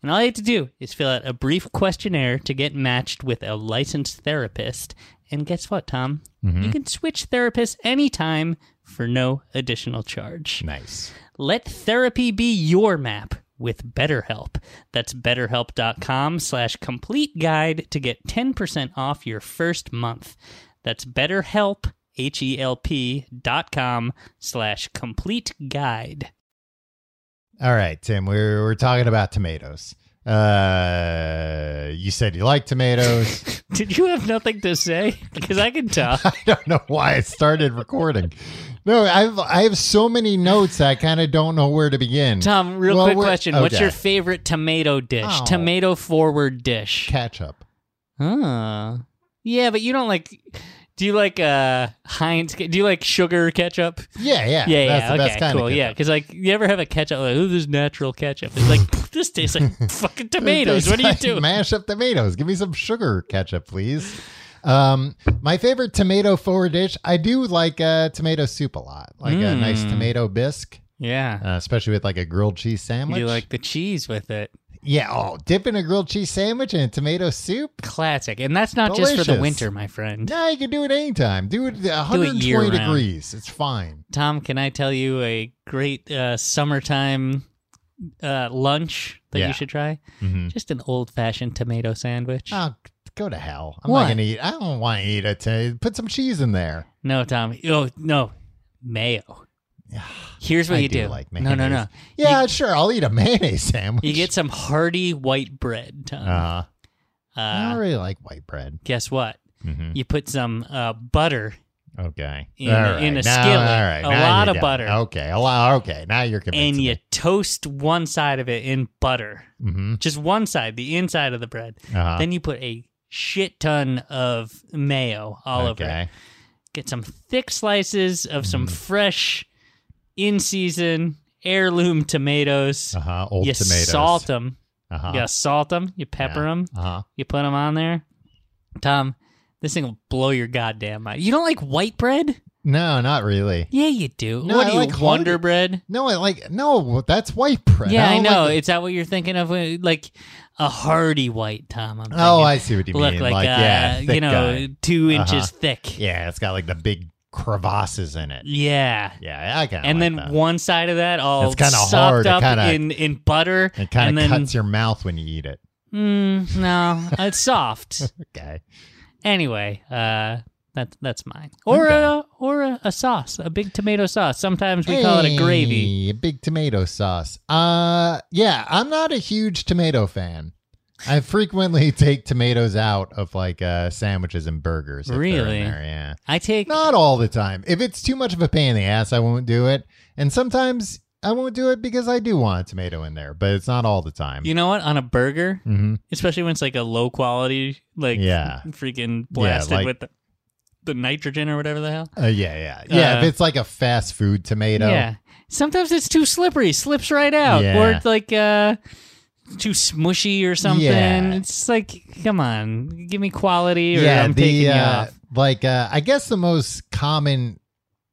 And all you have to do is fill out a brief questionnaire to get matched with a licensed therapist. And guess what, Tom? You can switch therapists anytime for no additional charge. Nice. Let therapy be your map with BetterHelp. That's betterhelp.com slash complete guide to get 10% off your first month. That's betterhelp, H-E-L-P dot com slash complete guide. All right, Tim, we're we're talking about tomatoes. Uh you said you like tomatoes. Did you have nothing to say? Because I can tell. I don't know why I started recording. No, I've I have so many notes that I kind of don't know where to begin. Tom, real Well, quick we're- question. What's okay. your favorite tomato dish? Oh. Tomato forward dish. ketchup? Oh. Yeah, but you don't like... Do you like uh Heinz? Do you like sugar ketchup? Yeah, yeah. Yeah, That's yeah, the okay, best kind cool. of yeah, ketchup. because like you ever have a ketchup like, oh, this is natural ketchup. It's like this tastes like fucking tomatoes. What are you It's like doing? Mash up tomatoes. Give me some sugar ketchup, please. Um, my favorite tomato forward dish. I do like uh, tomato soup a lot, like a nice Mm. tomato bisque, Yeah, uh, especially with like a grilled cheese sandwich. you like the cheese with it. yeah, oh, dip in a grilled cheese sandwich and a tomato soup. Classic, and that's not just for the Delicious. winter, my friend. Nah, you can do it anytime. Do it 120 year-round. degrees. It's fine. Tom, can I tell you a great uh, summertime uh, lunch that Yeah. you should try? Mhm. Just an old-fashioned tomato sandwich. Oh, go to hell. I'm What? not gonna eat. I don't want to eat it. Put some cheese in there. No, Tom. Oh no, mayo. Here's what I you do do. like no, no, no. mayonnaise. Yeah, sure. I'll eat a mayonnaise sandwich. You get some hearty white bread, Tom. Uh, I Uh, Mm-hmm. don't really like white bread. Guess what? hmm You put some uh, butter. Okay. In- all right. in a now, skillet. All right. A Now lot you of got it. butter. Okay. A lot. Okay. Now you're and convincing you toast one side of it in butter, me. Mhm. just one side, the inside of the bread. Uh-huh. Then you put a shit ton of mayo all over it. okay. Mm. Get some thick slices of some fresh, in season heirloom tomatoes. Uh huh. Old you tomatoes. salt them. Uh You gotta salt them. You pepper them. Uh huh. You put them on there. Tom, this thing will blow your goddamn mind. You don't like white bread? No, not really. Yeah, you do. No, what I do you like Wonder hard- Bread? No, I like no. That's white bread. Yeah, I, don't know. like- Is that what you're thinking of? Uh, Like a hearty white, Tom. I'm thinking. oh, I see what you look mean. like, Like, uh, yeah, you thick know, guy. two Uh-huh. inches thick. Yeah. Yeah, it's got like the big crevasses in it. Yeah, I kind of. And like then that. one side of that all It's kinda sopped hard. It up kinda- in, in butter. it kind and of then, cuts your mouth when you eat it. Mm, no, it's soft. Okay. Anyway, uh, that that's mine. Or Okay. a or a, a sauce, a big tomato sauce. Sometimes we call it a gravy. Hey, a big tomato sauce. Uh, yeah, I'm not a huge tomato fan. I frequently take tomatoes out of like uh, sandwiches and burgers. if they're in Really? there, Yeah. I take Not all the time. If it's too much of a pain in the ass, I won't do it. And sometimes I won't do it because I do want a tomato in there, but it's not all the time. you know what on a burger, hmm especially when it's like a low quality, like Yeah. freaking blasted like- with the, the nitrogen or whatever the hell. Uh, yeah, yeah, yeah. Uh, if it's like a fast food tomato, Yeah. Sometimes it's too slippery, slips right out, Yeah. or it's like uh, too smushy or something. Yeah. It's like, come on, give me quality, or yeah, I'm taking the you uh, off. like uh, I guess the most common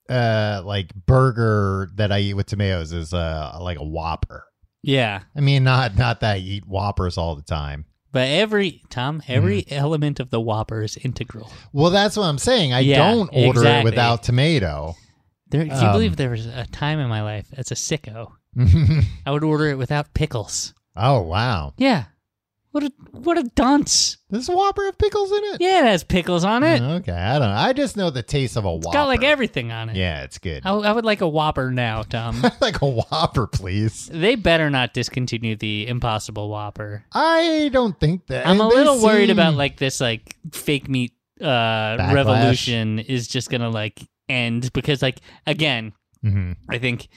uh like burger that I eat with tomatoes is uh like a Whopper. Yeah, I mean, not not that I eat Whoppers all the time. but every Tom, every Mm-hmm. element of the Whopper is integral. Well, that's what I'm saying. I Yeah, don't order it exactly. without tomato. There, if you Um, believe there was a time in my life as a sicko, I would order it without pickles. oh wow, Yeah, what a what a dunce. there's a Whopper have pickles in it. Yeah, it has pickles on it. Okay, I don't. know. I just know the taste of a It's Mm-hmm. Whopper. got like everything on it. yeah, it's good. I, I would like a Whopper now, Tom. like a Whopper, please. They better not discontinue the Impossible Whopper. I don't think that. I I'm mean, a they little worried seem- about like this like fake meat uh Backlash. revolution is just gonna like end because like again, Mhm. I think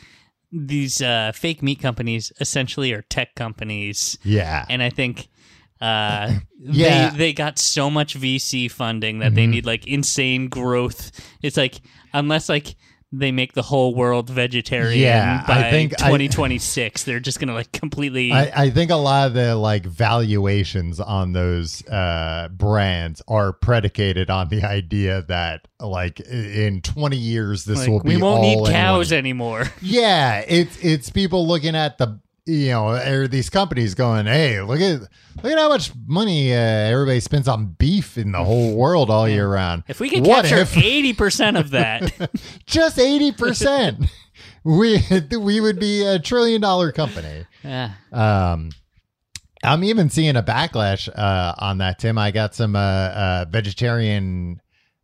these uh fake meat companies essentially are tech companies Yeah, and I think uh Yeah. they they got so much VC funding that they Mhm. need like insane growth. It's like unless like they make the whole world vegetarian Yeah, I by think I- 2026, they're just gonna like completely I, I think a lot of the like valuations on those uh, brands are predicated on the idea that like i- in 20 years this like, will be we won't all need anyone- cows anymore. Yeah, it's it's people looking at the you know or these companies going, hey, look at look at how much money uh, everybody spends on beef in the whole world all year round. If we could What capture if- eighty percent of that, Just 80 percent, we we would be a trillion dollar company. yeah, Um, I'm even seeing a backlash uh, on that, Tim. I got some uh, uh, vegetarian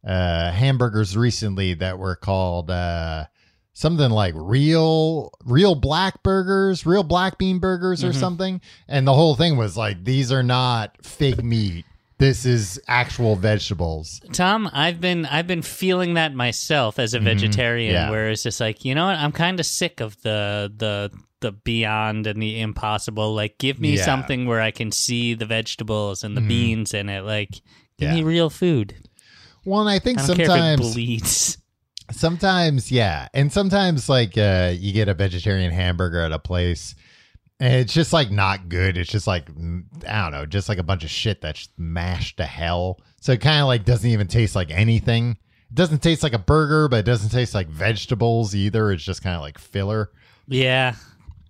uh, hamburgers recently that were called uh, something like real, real black burgers, real black bean burgers, or Mhm. something. And the whole thing was like, these are not fake meat. This is actual vegetables. Tom, I've been I've been feeling that myself as a vegetarian, Mm-hmm. Yeah. where it's just like you know what, I'm kind of sick of the the the beyond and the impossible. Like, give me Yeah. something where I can see the vegetables and the Mhm. beans in it. Like, give Yeah. me real food. Well, and I I think don't care if it sometimes bleeds. Sometimes, yeah. And sometimes like uh you get a vegetarian hamburger at a place and it's just like not good. It's just like mm, I don't know, just like a bunch of shit that's mashed to hell. So it kind of like doesn't even taste like anything. It doesn't taste like a burger, but it doesn't taste like vegetables either. It's just kind of like filler. Yeah,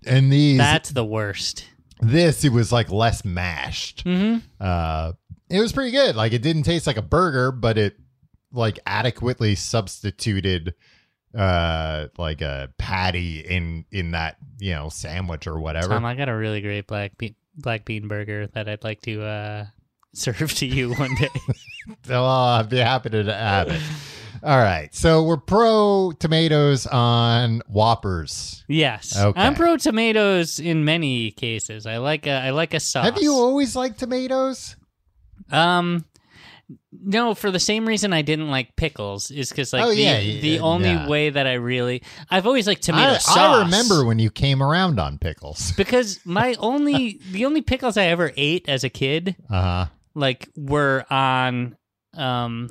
And these that's the worst. this it was like less mashed. Mm-hmm. Uh it was pretty good. Like it didn't taste like a burger, but it like adequately substituted uh like a patty in in that, you know, sandwich or whatever. Tom, I got a really great black bean black bean burger that I'd like to uh, serve to you one day. Oh, So I'll be happy to have it. All right. So we're pro tomatoes on Whoppers. Yes, Okay. I'm pro tomatoes in many cases. I like a I like a sauce. Have you always liked tomatoes? Um, no, for the same reason I didn't like pickles is because like Oh, the, yeah, yeah, the yeah. only Yeah. way that I really I've always liked tomato I, sauce. I remember when you came around on pickles. because my only the only pickles I ever ate as a kid Uh huh. like were on um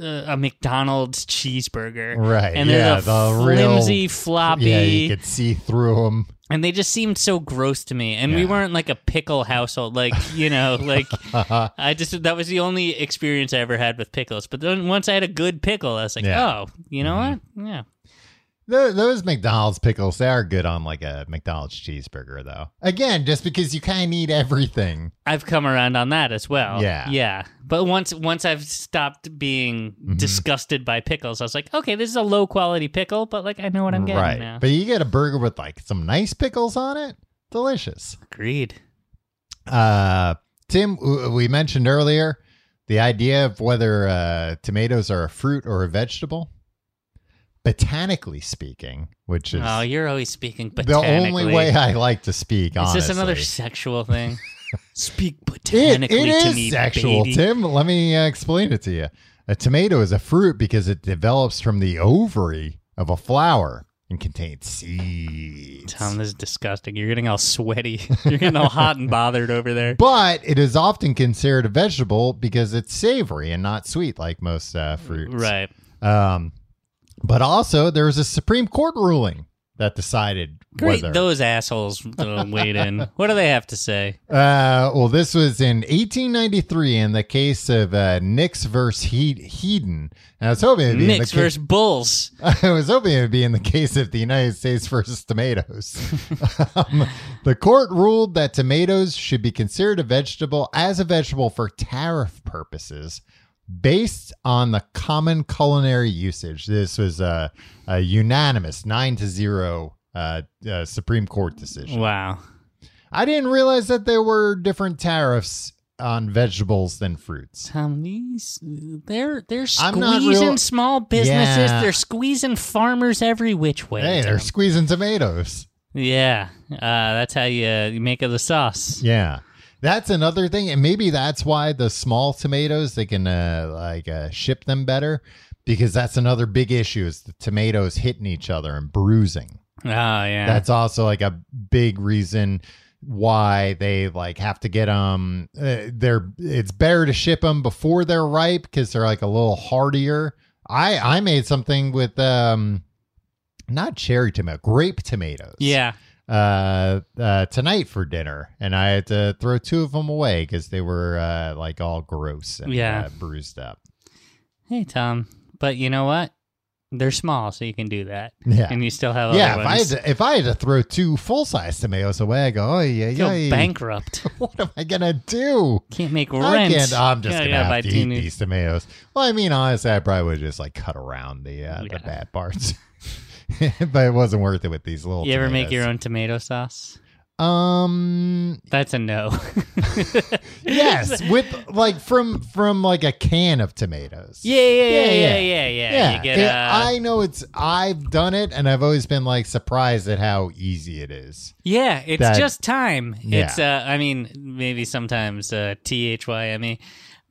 uh, a McDonald's cheeseburger. Right. And yeah. they're the, The flimsy, real. floppy, Yeah, you could see through them. and they just seemed so gross to me. And we Yeah. weren't like a pickle household, like you know, like I just that was the only experience I ever had with pickles. But then once I had a good pickle, I was like, Yeah. Mm-hmm. oh, you know what? Yeah, Those, those McDonald's pickles, they are good on like a McDonald's cheeseburger, though. Again, just because you kind of need everything. I've come around on that as well. Yeah. yeah. But once once I've stopped being Mm-hmm. disgusted by pickles, I was like, okay, this is a low quality pickle, but like I know what I'm getting right. now. But you get a burger with like some nice pickles on it. Delicious. Agreed. Uh, Tim, w- we mentioned earlier the idea of whether uh, tomatoes are a fruit or a vegetable. Botanically speaking, which is Oh, you're always speaking the botanically. only way I like to speak. is honestly. this another sexual thing? Speak It, botanically it to is me, sexual, baby. Tim. Let me uh, explain it to you. A tomato is a fruit because it develops from the ovary of a flower and contains seeds. Tom, this is disgusting. You're getting all sweaty. You're getting all hot and bothered over there. But it is often considered a vegetable because it's savory and not sweet, like most uh, fruits. Right. Um, but also, there was a Supreme Court ruling that decided Great. whether. Those assholes uh, weighed in. What do they have to say? Uh, well, this was in 1893 in the case of uh, Nix versus he- Heaton. And I was hoping it'd be in the Knicks case- versus Bulls. I was hoping it would be in the case of the United States versus tomatoes. um, the court ruled that tomatoes should be considered a vegetable as a vegetable for tariff purposes based on the common culinary usage. This was a, a unanimous nine to zero uh, uh, Supreme Court decision. Wow. I didn't realize that there were different tariffs on vegetables than fruits. Tom, these they're they're I'm not squeezing real- small businesses. Yeah. They're squeezing farmers every which way. Hey, they're Tom. squeezing tomatoes. yeah. Uh, that's how you, you make of the sauce. Yeah. That's another thing. And maybe that's why the small tomatoes, they can uh, like uh, ship them better because that's another big issue is the tomatoes hitting each other and bruising. Oh yeah. That's also like a big reason why they like have to get them. Uh, they're it's better to ship them before they're ripe because they're like a little hardier. I I made something with um not cherry tomato, grape tomatoes yeah. uh, uh, tonight for dinner, and I had to throw two of them away because they were uh, like all gross and Yeah. uh, bruised up. Hey Tom. But you know what? They're small, so you can do that. Yeah. And you still have yeah, other if I had ones. to, if I had to throw two full size tomatoes away, I go, oh yeah, Go yeah, bankrupt. what am I gonna do? Can't make rent. I can't. I'm just Yeah, gonna yeah, have buy to two eat new- these tomatoes. Well, I mean, honestly, I probably would just like cut around the uh, Yeah. the bad parts, but it wasn't worth it with these little. You ever make your own tomato sauce? own? Um, That's a no. yes, with like from from like a can of tomatoes. Yeah, yeah, yeah, Yeah, yeah, yeah. yeah, yeah. You get, it- uh, I know it's. I've done it, and I've always been like surprised at how easy it is. yeah, it's that- just time. Yeah. It's, uh, I mean, maybe sometimes uh, T H Y M E.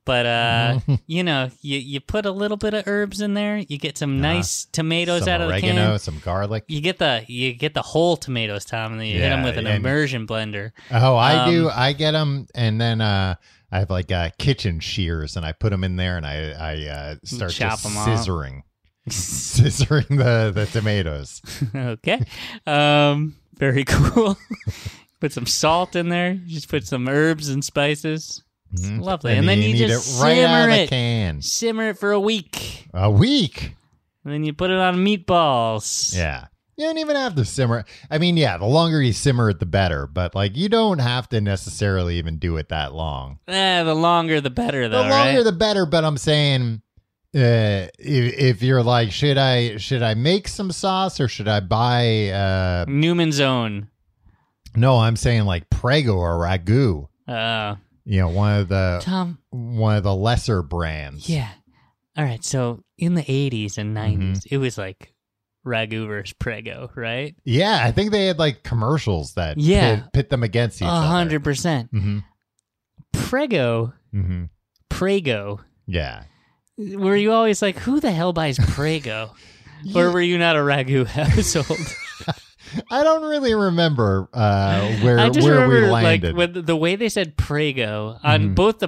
But uh, Mm-hmm. you know, you, you put a little bit of herbs in there. You get some nice tomatoes Uh-huh. some out of oregano, the can. some garlic. You get the you get the whole tomatoes, Tom, and then you hit 'em Yeah, hit them with an and- immersion blender. Oh, I do. Um, I get them, and then uh, I have like uh, kitchen shears, and I put them in there, and I I uh, start Chop just 'em off. scissoring, scissoring the the tomatoes. okay, um, very cool. put some salt in there. Just put some herbs and spices. It's Mhm. lovely, and, then you, need just it right out simmer of it. the can. simmer it for a week. A week. And then you put it on meatballs. Yeah. You don't even have to simmer. I mean, yeah, the longer you simmer it, the better. But like, you don't have to necessarily even do it that long. Eh, the longer the better, though, the longer right? the better. But I'm saying, uh, if, if you're like, should I should I make some sauce or should I buy? Uh, Newman's Own. no, I'm saying like Prego or Ragu. Uh, You know, one of the Tom, one of the lesser brands. yeah. all right, so in the 80s and 90s, it was like Ragu versus Prego, right? Yeah, I think they had like commercials that Yeah. pit, pit them against each A other. 100%. Mm-hmm. Prego, Mm-hmm. Prego. Yeah. Were you always like, who the hell buys Prego? or were you not a Ragu household? I don't really remember uh, where I just where remember we like landed. when the way they said Prego on Mhm. both the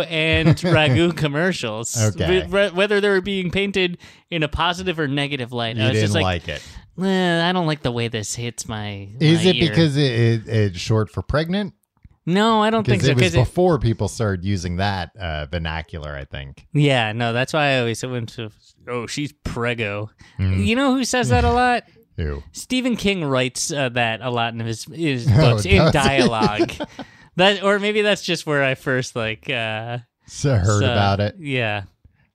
and Ragu commercials, Okay. wh- wh- whether they were being painted in a positive or negative light. you I was didn't just like, like it. "Eh, I don't like the way this hits my. Is my it ear." because it, it, it's short for pregnant? No, I don't think Because so. it was Because before people started using that uh, vernacular, I think. yeah, no, that's why I always went to. Oh, she's Prego. Mm. You know who says that a lot? Ew. Stephen King writes uh, that a lot in his, his Oh, books in does he? dialogue. that or maybe that's just where I first like uh, So I heard saw- about it. Yeah,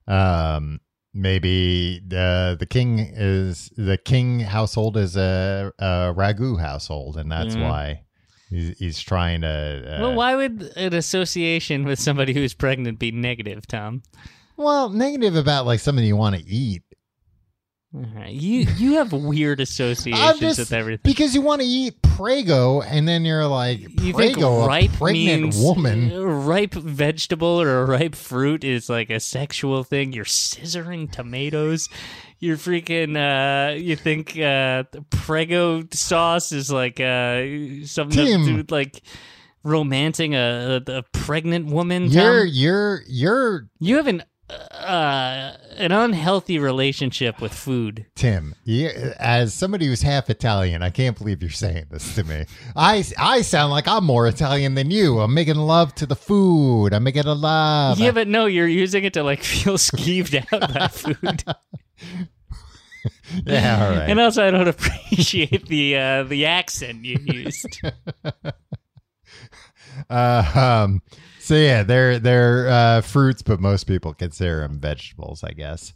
Um, maybe the the king is the king household is a, a ragu household, and that's Mm. why he's, he's trying to. Uh, well, why would an association with somebody who's pregnant be negative, Tom? well, negative about like something you want to eat All right. You you have weird associations just- with everything. because you want to eat prego, and then you're like You think prego, ripe a pregnant means woman. ripe vegetable or a ripe fruit is like a sexual thing. You're scissoring tomatoes. You're freaking. Uh, you think uh, Prego sauce is like uh, something Tim. to do with like romancing a, a, a pregnant woman. Tom? You're you're you're You have an uh, an unhealthy relationship with food. Tim, you, as somebody who's half Italian, I can't believe you're saying this to me. I, I sound like I'm more Italian than you. I'm making love to the food. I'm making a love. yeah, but no, you're using it to like feel skeeved out by food. Yeah, all right. And also, I don't appreciate the uh, the accent you used. Uh, um, so yeah, they're they're uh, fruits, but most people consider them vegetables, I guess.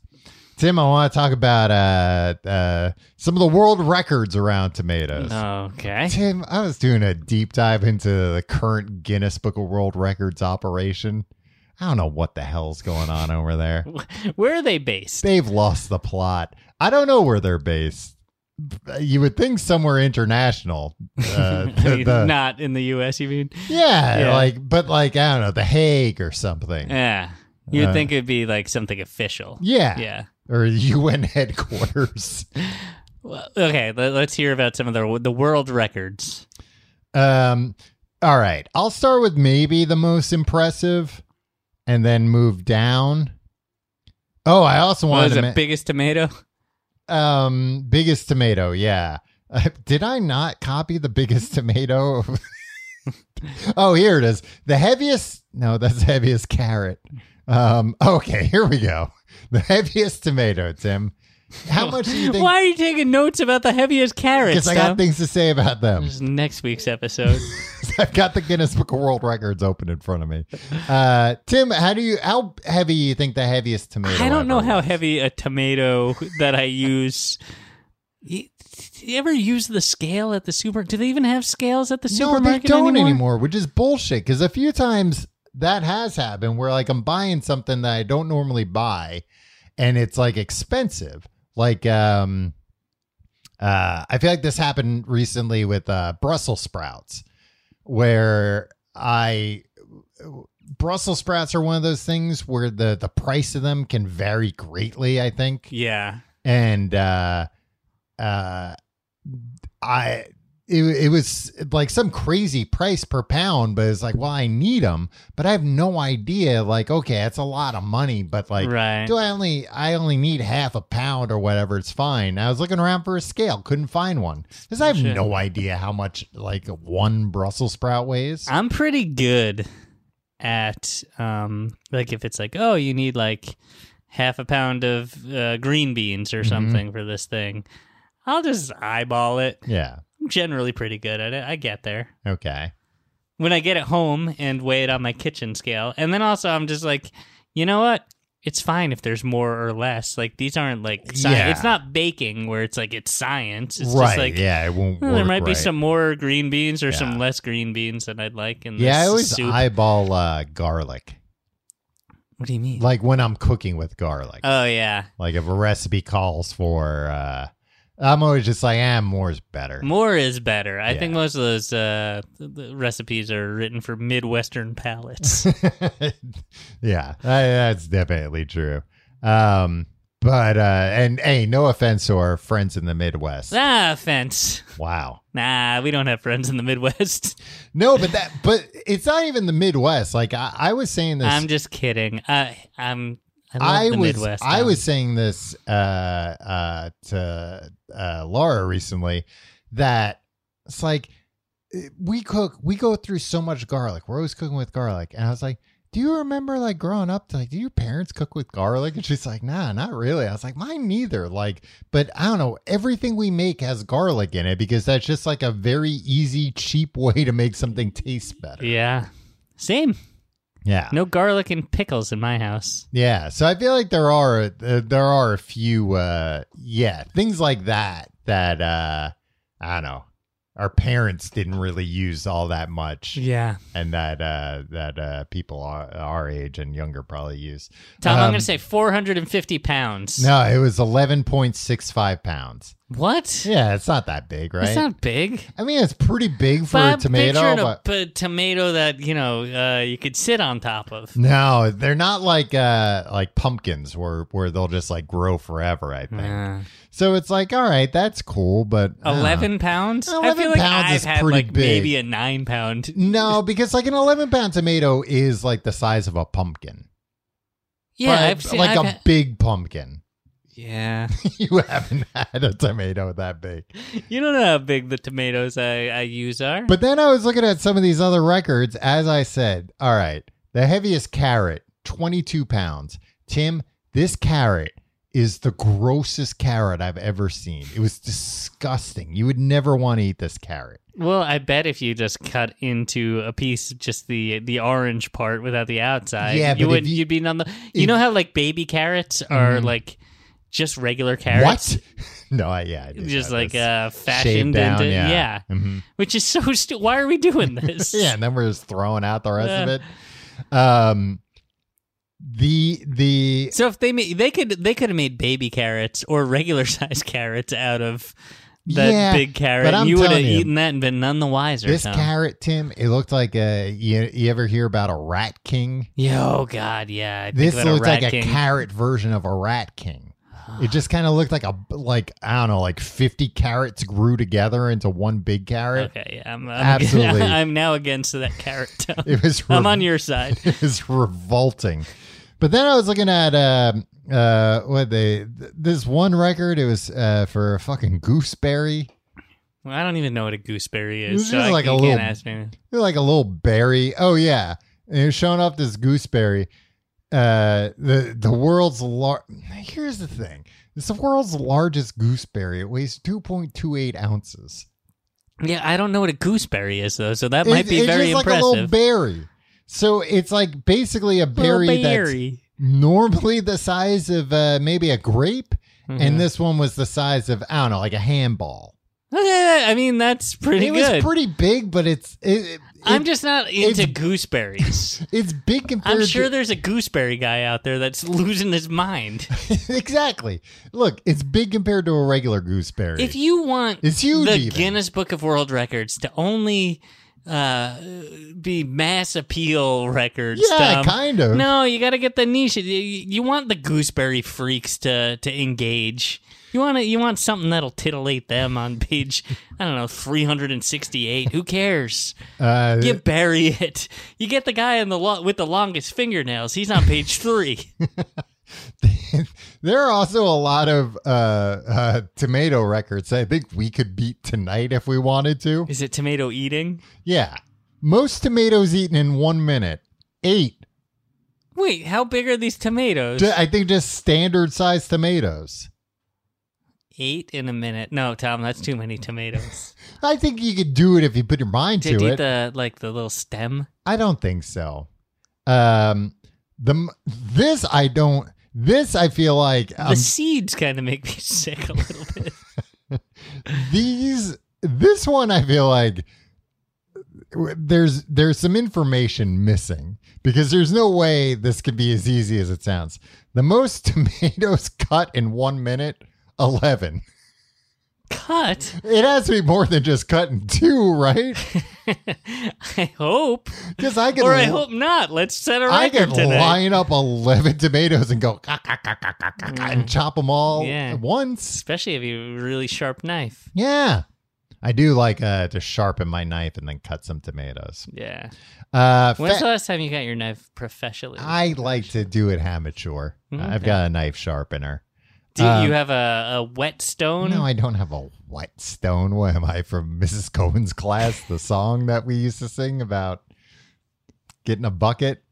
Tim, I want to talk about uh, uh, some of the world records around tomatoes. okay. Tim, I was doing a deep dive into the current Guinness Book of World Records operation. I don't know what the hell's going on over there. Where are they based? They've lost the plot. I don't know where they're based. You would think somewhere international. Uh, I the- mean, the- Not in the U.S. You mean? yeah, Yeah. like, but like, I don't know, The Hague or something. Yeah. You'd Uh, think it'd be like something official. yeah. Yeah. Or UN headquarters. Well, okay. Let, let's hear about some of the the world records. Um, all right. I'll start with maybe the most impressive and then move down. Oh, I also What wanted was to the ma- biggest tomato? um biggest tomato, yeah. Uh, did I not copy the biggest tomato? oh, here it is. The heaviest No, that's the heaviest carrot. Um okay, here we go. The heaviest tomato, Tim. How much do you think Why are you taking notes about the heaviest carrots? because I got Tom? things to say about them. This is next week's episode. I've got the Guinness Book of World Records open in front of me. Uh, Tim, how do you how heavy you think the heaviest tomato? I don't know ever how was? heavy a tomato that I use. You, you ever use the scale at the super? Do they even have scales at the No, they supermarket don't anymore? anymore? which is bullshit. Because a few times that has happened where like I'm buying something that I don't normally buy, and it's like expensive. Like um, uh, I feel like this happened recently with uh, Brussels sprouts, where I Brussels sprouts are one of those things where the the price of them can vary greatly. I think Yeah, and uh uh i it, it was like some crazy price per pound but it's like well i need them but i have no idea like okay that's a lot of money but like right. do i only i only need half a pound or whatever it's fine i was looking around for a scale couldn't find one because i have Bullshit. no idea how much like one brussels sprout weighs I'm pretty good at um, like if it's like, oh, you need like half a pound of uh, green beans or Mhm. something for this thing. I'll just eyeball it. yeah I'm generally pretty good at it. I get there. okay when I get it home and weigh it on my kitchen scale. And then also, I'm just like, you know what? It's fine if there's more or less. Like these aren't like sci- Yeah. it's not baking where it's like it's science. It's right just like yeah it won't "Oh, there work might be right. some more green beans or Yeah. some less green beans than I'd like in this yeah i always soup. eyeball uh garlic What do you mean? Like when I'm cooking with garlic. oh yeah, like if a recipe calls for, uh, I'm always just like, ah, more's better. more is better. I think Yeah. most of those uh, th- th- recipes are written for Midwestern palates. yeah, I- that's definitely true. Um, but uh, and hey, no offense to our friends in the Midwest. ah, offense. wow. Nah, we don't have friends in the Midwest. No, but that, but it's not even the Midwest. Like I, I was saying this. I'm just kidding. I, I'm. I, love I the was Midwest. I um, was saying this uh, uh, to uh, Laura recently that it's like eh, we cook we go through so much garlic. We're always cooking with garlic, and I was like, "Do you remember like growing up? Like, do your parents cook with garlic?" And she's like, "Nah, not really." I was like, "Mine neither." Like, but I don't know. Everything we make has garlic in it because that's just like a very easy, cheap way to make something taste better. Yeah. Same. Yeah. No garlic and pickles in my house. Yeah, so I feel like there are uh, there are a few uh yeah, things like that that uh I don't know. Our parents didn't really use all that much Yeah. and that uh that uh people our, our age and younger probably use. Tom, I'm Um, going to say 450 pounds. No, it was 11.65 pounds. What? Yeah, it's not that big, right? That's not big. I mean, it's pretty big for Bob, a tomato, picture but a p- tomato that, you know, uh, you could sit on top of. no, they're not like uh like pumpkins where where they'll just like grow forever, I think. Yeah. So it's like, all right, that's cool, but I don't know. 11 pounds? I 11 feel like pounds I've is had pretty like big. maybe a 9 pound. No, because like an 11 pound tomato is like the size of a pumpkin. Yeah, But, I've seen like I've a had- big pumpkin. Yeah. you haven't had a tomato that big. you don't know how big the tomatoes I, I use are. But then I was looking at some of these other records. As I said, all right, the heaviest carrot, 22 pounds. Tim, this carrot is the grossest carrot I've ever seen. It was disgusting. You would never want to eat this carrot. well, I bet if you just cut into a piece, just the the orange part without the outside, Yeah, but you if would you- you'd be on the. You if- know how like baby carrots are Mhm. like just regular carrots, What? no, I, yeah, I did just that. like That's uh, shaved fashioned down, into yeah. yeah. Mhm. which is so. Stu- Why are we doing this? yeah, and then we're just throwing out the rest of it. Um, the the So if they made, they could they could have made baby carrots or regular size carrots out of that Yeah, big carrot. but I'm you would have telling you, eaten that and been none the wiser. this Tom. carrot, Tim, it looked like a you, you ever hear about a rat king? Yeah, oh God, yeah. I think This about a looked rat like a king. carrot version of a rat king. It just kind of looked like a like I don't know, like fifty carrots grew together into one big carrot. Okay, yeah, I'm, I'm Absolutely. I'm now against that carrot. Tom. It was I'm re- on your side. It is revolting. But then I was looking at um uh, what they th- this one record. It was uh, for a fucking gooseberry. Well, I don't even know what a gooseberry It was is. So just I, like you a can't little- ask me. They're like a little berry. Oh yeah, and you're showing off this gooseberry. Uh, the the world's lar. Here's the thing. It's the world's largest gooseberry. It weighs 2.28 ounces. Yeah, I don't know what a gooseberry is though, so that might It- be it's very just like impressive. a little berry. So it's like basically a berry, that's berry. normally the size of uh, maybe a grape, Mhm. and this one was the size of I don't know, like a handball. okay, I mean that's pretty it good. was pretty big, but it's it, it- I'm just not into it's- gooseberries. it's big compared. I'm sure to, there's a gooseberry guy out there that's losing his mind. exactly. Look, it's big compared to a regular gooseberry. If you want it's huge. the even. Guinness Book of World Records to only uh, be mass appeal records, um, yeah, Tom, kind of. No, you got to get the niche. You, you want the gooseberry freaks to to engage. You want to, you want something that'll titillate them on page I don't know 368. Who cares? Uh, You bury it. You get the guy in the lo- with the longest fingernails. He's on page 3. there are also a lot of uh, uh, tomato records. that I think we could beat tonight if we wanted to. Is it tomato eating? Yeah, most tomatoes eaten in one minute. Eight. Wait, how big are these tomatoes? Ju- I think just standard sized tomatoes. Eight in a minute. No, Tom, that's too many tomatoes. I think you could do it if you put your mind Did to you it. eat the like the little stem? I don't think so. Um, the m- this I don't. This I feel like The um, seeds kind of make me sick a little bit. these. This one I feel like w- there's there's some information missing because there's no way this could be as easy as it sounds. The most tomatoes cut in one minute, 11. Cut. It has to be more than just cutting two, right? I hope, Because I could, or I l- hope not. Let's set a record I could today. line up 11 tomatoes and go "Ka, ka, ka, ka, ka, ka, ka," and chop them all Mm. Yeah. at once. Especially if you have a really sharp knife. Yeah. I do like uh, to sharpen my knife and then cut some tomatoes. Yeah. Uh, When's fa- the last time you got your knife professionally? I like to do it amateur. Uh, I've Okay. got a knife sharpener. Do um, you have a, a whetstone? No, I don't have a wet stone. What am I from Mrs. Cohen's class? The song that we used to sing about getting a bucket.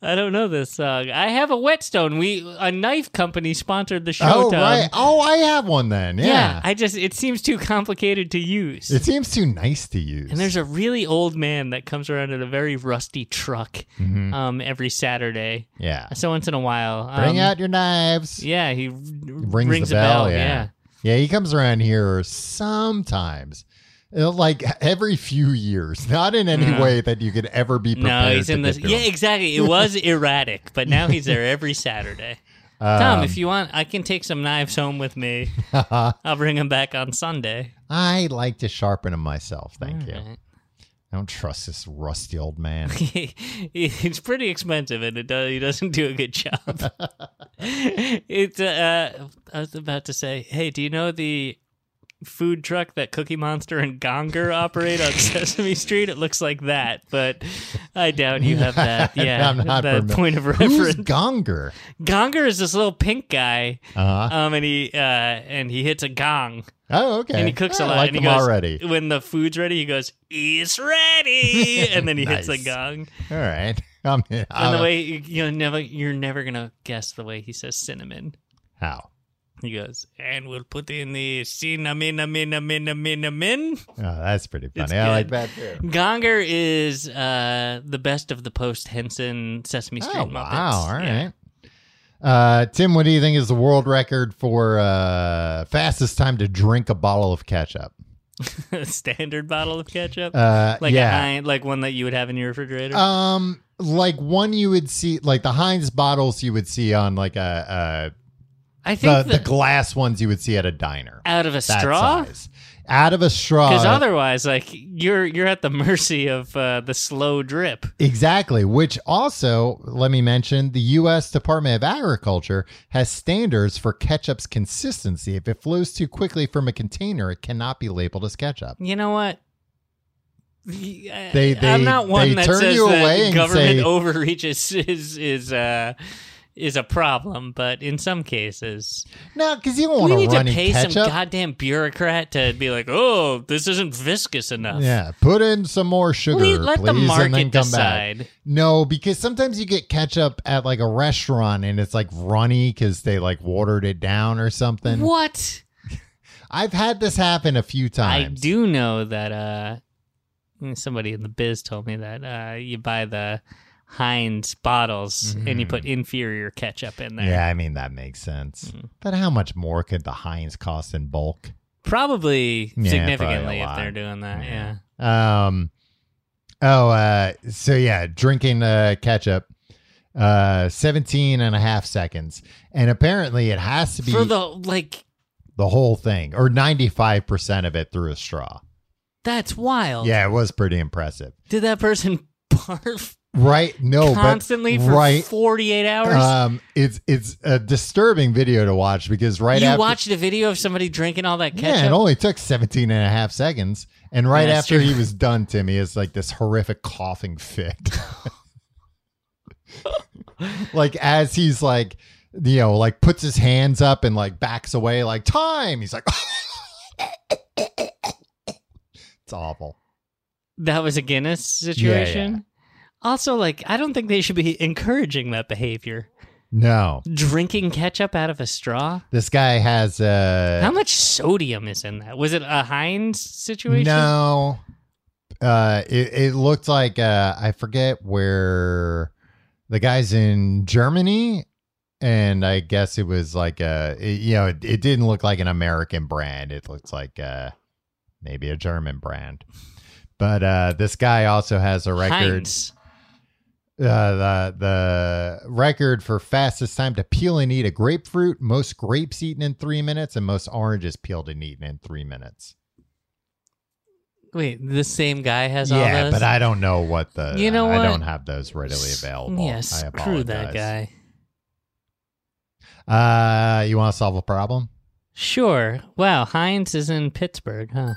I don't know this song. I have a whetstone. We a knife company sponsored the show. oh Tom. right. Oh, I have one then. Yeah. I just it seems too complicated to use. it seems too nice to use. and there's a really old man that comes around in a very rusty truck Mhm. um, every Saturday. yeah. So once in a while, Bring um, out your knives. Yeah, he r- Rings, rings, the bell. yeah. Yeah, he comes around here sometimes. Uh, Like every few years, not in any Yeah. way that you could ever be prepared. No, he's to in get this. to Yeah, him. exactly. It was erratic, but now he's there every Saturday. Tom, if you want, I can take some knives home with me. Um, I'll bring them back on Sunday. I like to sharpen them myself. Thank you. All right. I don't trust this rusty old man. He- it's pretty expensive, and it does, he doesn't do a good job. it's uh, I was about to say, hey, do you know the food truck that Cookie Monster and Gonger operate on Sesame Street? It looks like that, but I doubt you have that. Yeah, I'm not that familiar. point of Who's reference. Gonger? Gonger is this little pink guy, Uh-huh. um, and he uh, and he hits a gong, Oh, okay. and he cooks I a lot. Like and he him goes, already. When the food's ready, he goes, "It's ready," and then he hits Nice. a gong. All right. I'm, in. Uh, And the I'm- way you- you'll never you're never gonna guess the way he says cinnamon. how? He goes, and we'll put in the cinnamon, cinnamon, cinnamon, cinnamon. Oh, that's pretty funny. It's I like good. that too. Gonger is uh, the best of the post Henson Sesame Street Oh, Muppets. wow. All right. Yeah. Uh, Tim, what do you think is the world record for uh, fastest time to drink a bottle of ketchup? standard bottle of ketchup, Uh, like a yeah. Heinz- like one that you would have in your refrigerator. Um, like one you would see, like the Heinz bottles you would see on like a, I a the, think the the, glass ones you would see at a diner. out of a That straw, size. Out of a straw. because otherwise, like you're you're at the mercy of uh, the slow drip. Exactly, which also, let me mention, the U.S. Department of Agriculture has standards for ketchup's consistency. If it flows too quickly from a container, it cannot be labeled as ketchup. You know what? They- They, they- Uh, I'm not one they that turn says you that away and government say- overreach is is is uh, is a problem, but in some cases, No, because you don't we want need to to run pay in ketchup. some goddamn bureaucrat to be like, "Oh, this isn't viscous enough." yeah, put in some more sugar, Le- let please, the and then market come back. decide. No, because sometimes you get ketchup at like a restaurant and it's like runny because they like watered it down or something. What I've had this happen a few I times. do know that uh, somebody in the biz told me that uh, you buy the Heinz bottles and you put inferior ketchup in there. Mm. Yeah, I mean that makes sense. Mhm. But how much more could the Heinz cost in bulk? Yeah, Probably probably significantly a if they're lot. doing that. Yeah. Yeah. Um Oh, uh so yeah, drinking uh ketchup uh 17 and a half seconds. And apparently it has to be For the-, the like, whole thing or 95% of it through a straw. that's wild. Yeah, it was pretty impressive. Did that person barf Right? No, constantly but for right 48 hours? um it's it's a disturbing video to watch because right you after watched a video of somebody drinking all that Yeah, it ketchup. only took 17 and a half seconds. And right Yeah, that's after true. he was done, Timmy is like this horrific coughing fit. like as he's like, you know, like puts his hands up and like backs away, like time. He's like, it's awful. that was a Guinness situation. Also, like, I don't think they should be encouraging that behavior. No, Drinking ketchup out of a straw. this guy has uh, How much sodium is in that? Was it a Heinz situation? No. Uh, it, it looked like uh, I forget where the guy's in Germany, and I guess it was like uh, it, you know, it, it didn't look like an American brand. It looks like uh, maybe a German brand. But uh, this guy also has a record. Heinz. Uh, the the record for fastest time to peel and eat a grapefruit, most grapes eaten in three minutes, and most oranges peeled and eaten in three minutes. Wait, the same guy has all yeah, those. but I don't know what the You know I what? don't have those readily available. Yeah, I screw that apologize. guy. Uh, you want to solve a problem? Sure. Wow, Heinz is in Pittsburgh, huh?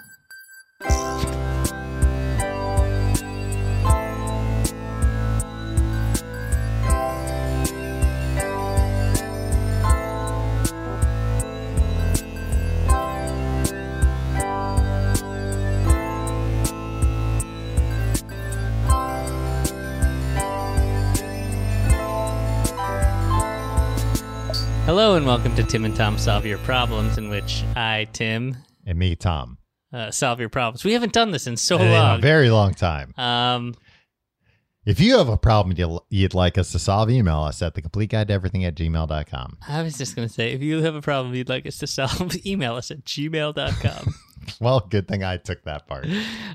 Hello and welcome to Tim and Tom Solve Your Problems, in which I, Tim, And me, Tom. uh, solve your problems. We haven't done this in so In a long. very long time. Um, If you have a problem you'll- you'd like us to solve, email us at the complete guide to everything at gmail.com. I was just going to say, if you have a problem you'd like us to solve, email us at gmail.com. Well, good thing I took that part.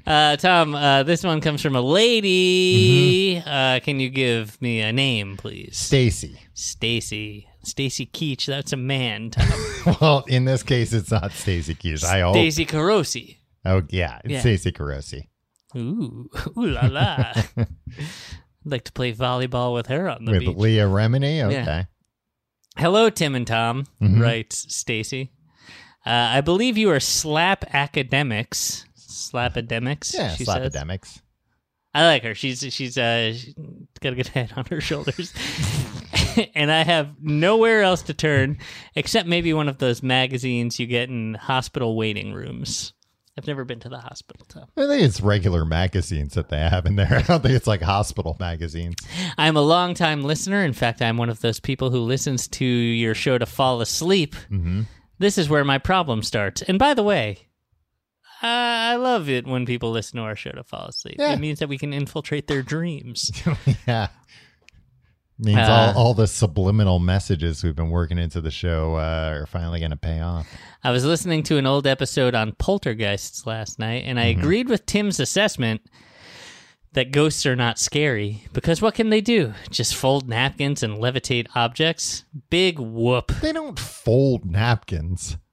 uh, Tom, uh, this one comes from a lady. Mm-hmm. Uh, can you give me a name, please? Stacy. Stacy. Stacy Keach. That's a man, Tom. Well, in this case, it's not Stacy Hughes. I hope. Daisy Carosi. Oh, yeah. It's Yeah. Stacy Carosi. Ooh, ooh la la. I'd like to play volleyball with her on the With beach. Leah Remini. Okay. Hello, Tim and Tom, Mhm. writes Stacy. Uh, I believe you are slap academics. Slap academics. Yeah, slapdemics. I like her. She's she's uh, she's got a good head on her shoulders. and I have nowhere else to turn except maybe one of those magazines you get in hospital waiting rooms. I've never been to the hospital, Tom. I think it's regular magazines that they have in there. I don't think it's like hospital magazines. I'm a longtime listener. In fact, I'm one of those people who listens to your show to fall asleep. hmm This is where my problem starts. And by the way, I I love it when people listen to our show to fall asleep. Yeah. It means that we can infiltrate their dreams. yeah. Means Uh, all, all the subliminal messages we've been working into the show uh, are finally going to pay off. I was listening to an old episode on poltergeists last night, and I agreed with Tim's assessment that ghosts are not scary because what can they do? Just fold napkins and levitate objects? Big whoop. They don't fold napkins.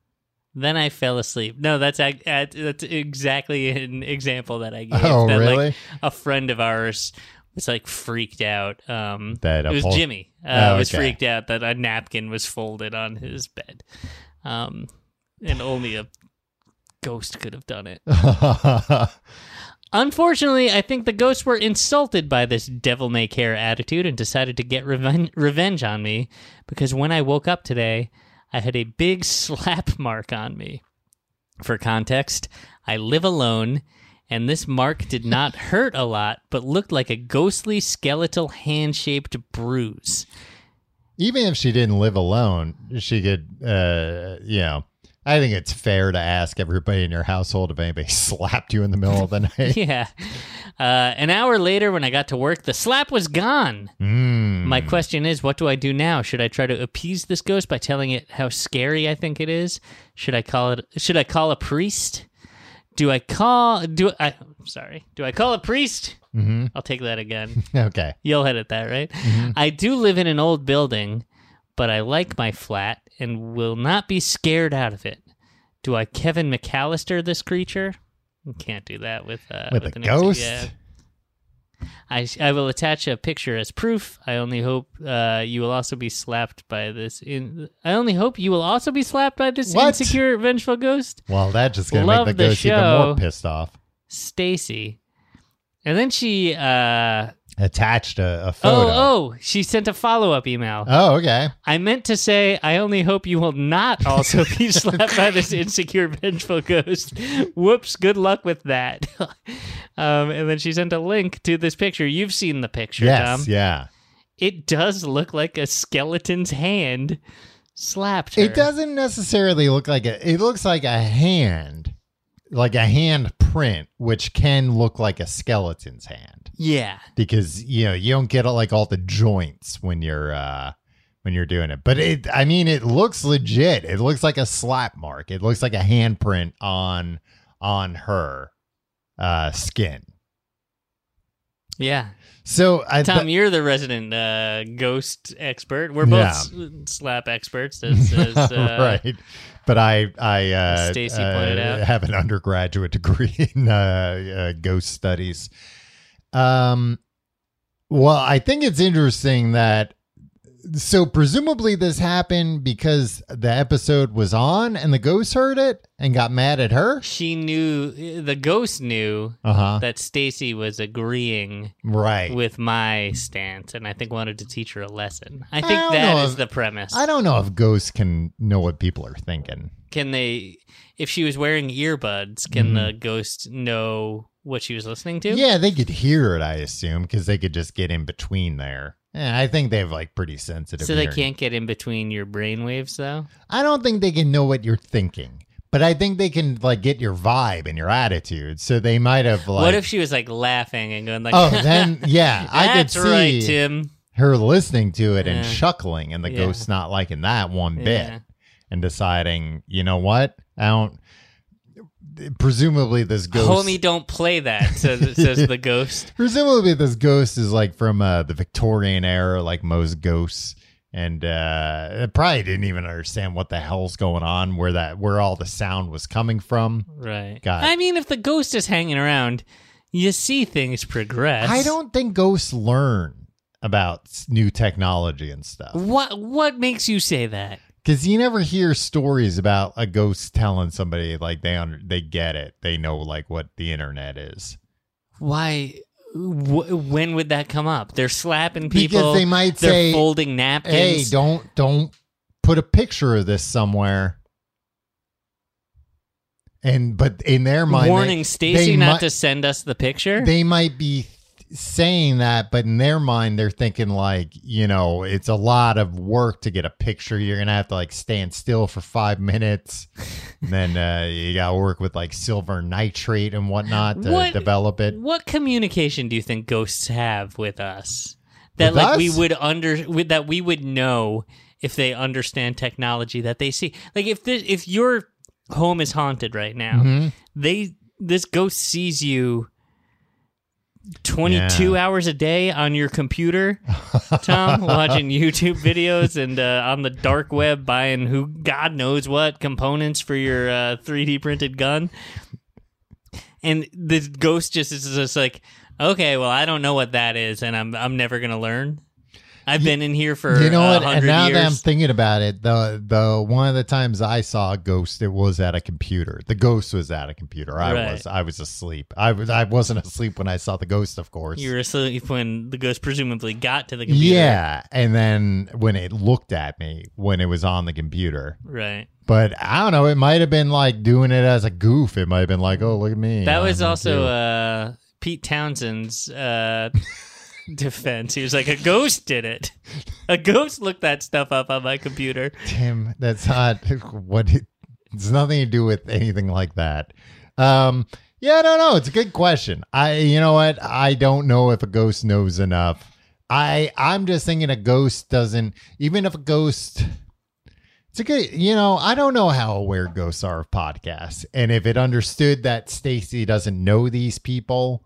Then I fell asleep. No, that's ac- at- that's exactly an example that I gave. Oh, that, really? Like, a friend of ours was like freaked out. Um, That a it was pol- Jimmy. Uh, Oh, Was okay. freaked out that a napkin was folded on his bed, um, and only a ghost could have done it. Unfortunately, I think the ghosts were insulted by this devil may care attitude and decided to get reven- revenge on me because when I woke up today, I had a big slap mark on me. For context, I live alone, and this mark did not hurt a lot, but looked like a ghostly skeletal hand shaped bruise. Even if she didn't live alone, she could, uh, you know, I think it's fair to ask everybody in your household if anybody slapped you in the middle of the night. Yeah. Uh, an hour later, when I got to work, the slap was gone. Mm. My question is, what do I do now? Should I try to appease this ghost by telling it how scary I think it is? Should I call it? Should I call a priest? Do I call? Do I? Sorry. Do I call a priest? Mhm. I'll take that again. Okay. You'll edit that, right? Mm-hmm. I do live in an old building, but I like my flat and will not be scared out of it. Do I Kevin McAllister this creature? You can't do that with uh, With, a an ex- ghost? yeah. I, I will attach a picture as proof. I only hope uh, you will also be slapped by this. In- I only hope you will also be slapped by this What? insecure, vengeful ghost, Well, that's just going to make Love the the ghost even show. more pissed off. Stacy. And then she, uh, Attached a, a photo. oh, oh, she sent a follow up email. Oh, okay. I meant to say, I only hope you will not also be slapped by this insecure, vengeful ghost. Whoops, good luck with that. um, and then she sent a link to this picture. You've seen the picture, yes. Tom. Yeah. It does look like a skeleton's hand slapped her. It doesn't necessarily look like a. It looks like a hand, like a hand print, which can look like a skeleton's hand Yeah. because you know you don't get like all the joints when you're uh when you're doing it. But it, I mean, it looks legit. It looks like a slap mark. It looks like a handprint on on her uh skin. Yeah. So I Tom, th- you're the resident uh, ghost expert. We're both Yeah. s- slap experts. As, as, uh, right. But I, I uh, Stacy uh, pointed out. have an undergraduate degree in uh, uh, ghost studies. Um, well, I think it's interesting that so presumably this happened because the episode was on and the ghost heard it and got mad at her. She knew the ghost knew Uh huh. that Stacy was agreeing Right. with my stance, and I think wanted to teach her a lesson. I I think don't that know is if- the premise. I don't know if ghosts can know what people are thinking. Can they? If she was wearing earbuds, can the ghost know what she was listening to? Mm-hmm. Yeah, they could hear it, I assume, because they could just get in between there. Yeah, I think they have like pretty sensitive. So they hearing. can't get in between your brainwaves, though. I don't think they can know what you're thinking, but I think they can like get your vibe and your attitude. So they might have like. what if she was like laughing and going like, oh, then yeah, I could That's see right, Tim." her listening to it and Yeah. chuckling, and the Yeah. ghost not liking that one Yeah. bit, and deciding, you know what, I don't. Presumably, this ghost. Homie, don't play that. Says, says the ghost. Presumably, this ghost is like from uh, the Victorian era, like most ghosts, and uh, it probably didn't even understand what the hell's going on, where that, where all the sound was coming from. Right. Got it. I mean, if the ghost is hanging around, you see things progress. I don't think ghosts learn about s- new technology and stuff What What makes you say that? because you never hear stories about a ghost telling somebody like they under, they get it, they know like what the internet is. Why? Wh- when would that come up? They're slapping people. because they might They're say, folding napkins. "Hey, don't don't put a picture of this somewhere." And but in their mind, they- warning Stacy they not might- to send us the picture. they might be th- saying that, but in their mind, they're thinking like, you know, it's a lot of work to get a picture. You're gonna have to like stand still for five minutes, and then uh, you gotta work with like silver nitrate and whatnot to What- develop it. what communication do you think ghosts have with us that With like we us? would under with, that we would know if they understand technology that they see? Like if this, if your home is haunted right now, Mhm. they this ghost sees you 22 hours a day on your computer tom watching youtube videos and uh, on the dark web buying who god knows what components for your uh, 3d printed gun and this ghost just is just like okay well i don't know what that is and i'm, I'm never gonna learn i've been in here for you know uh, what? And 100 now that I'm years thinking about it, the the one of the times I saw a ghost, it was at a computer. The ghost was at a computer. I Right. was I was asleep. I was I wasn't asleep when I saw the ghost, of course. you were asleep when the ghost presumably got to the computer yeah, and then when it looked at me when it was on the computer, right but I don't know. It might have been like doing it as a goof. It might have been like, oh look at me. That was I'm also cute. uh, Pete Townsend's uh, defense. He was like, "A ghost did it. A ghost looked that stuff up on my computer." Tim, that's not what it, it's nothing to do with anything like that. Um, yeah, I don't know. It's a good question. I, you know what? I don't know if a ghost knows enough. I, I'm just thinking a ghost doesn't, even if a ghost, it's a good, you know, I don't know how aware ghosts are of podcasts. And if it understood that Stacy doesn't know these people,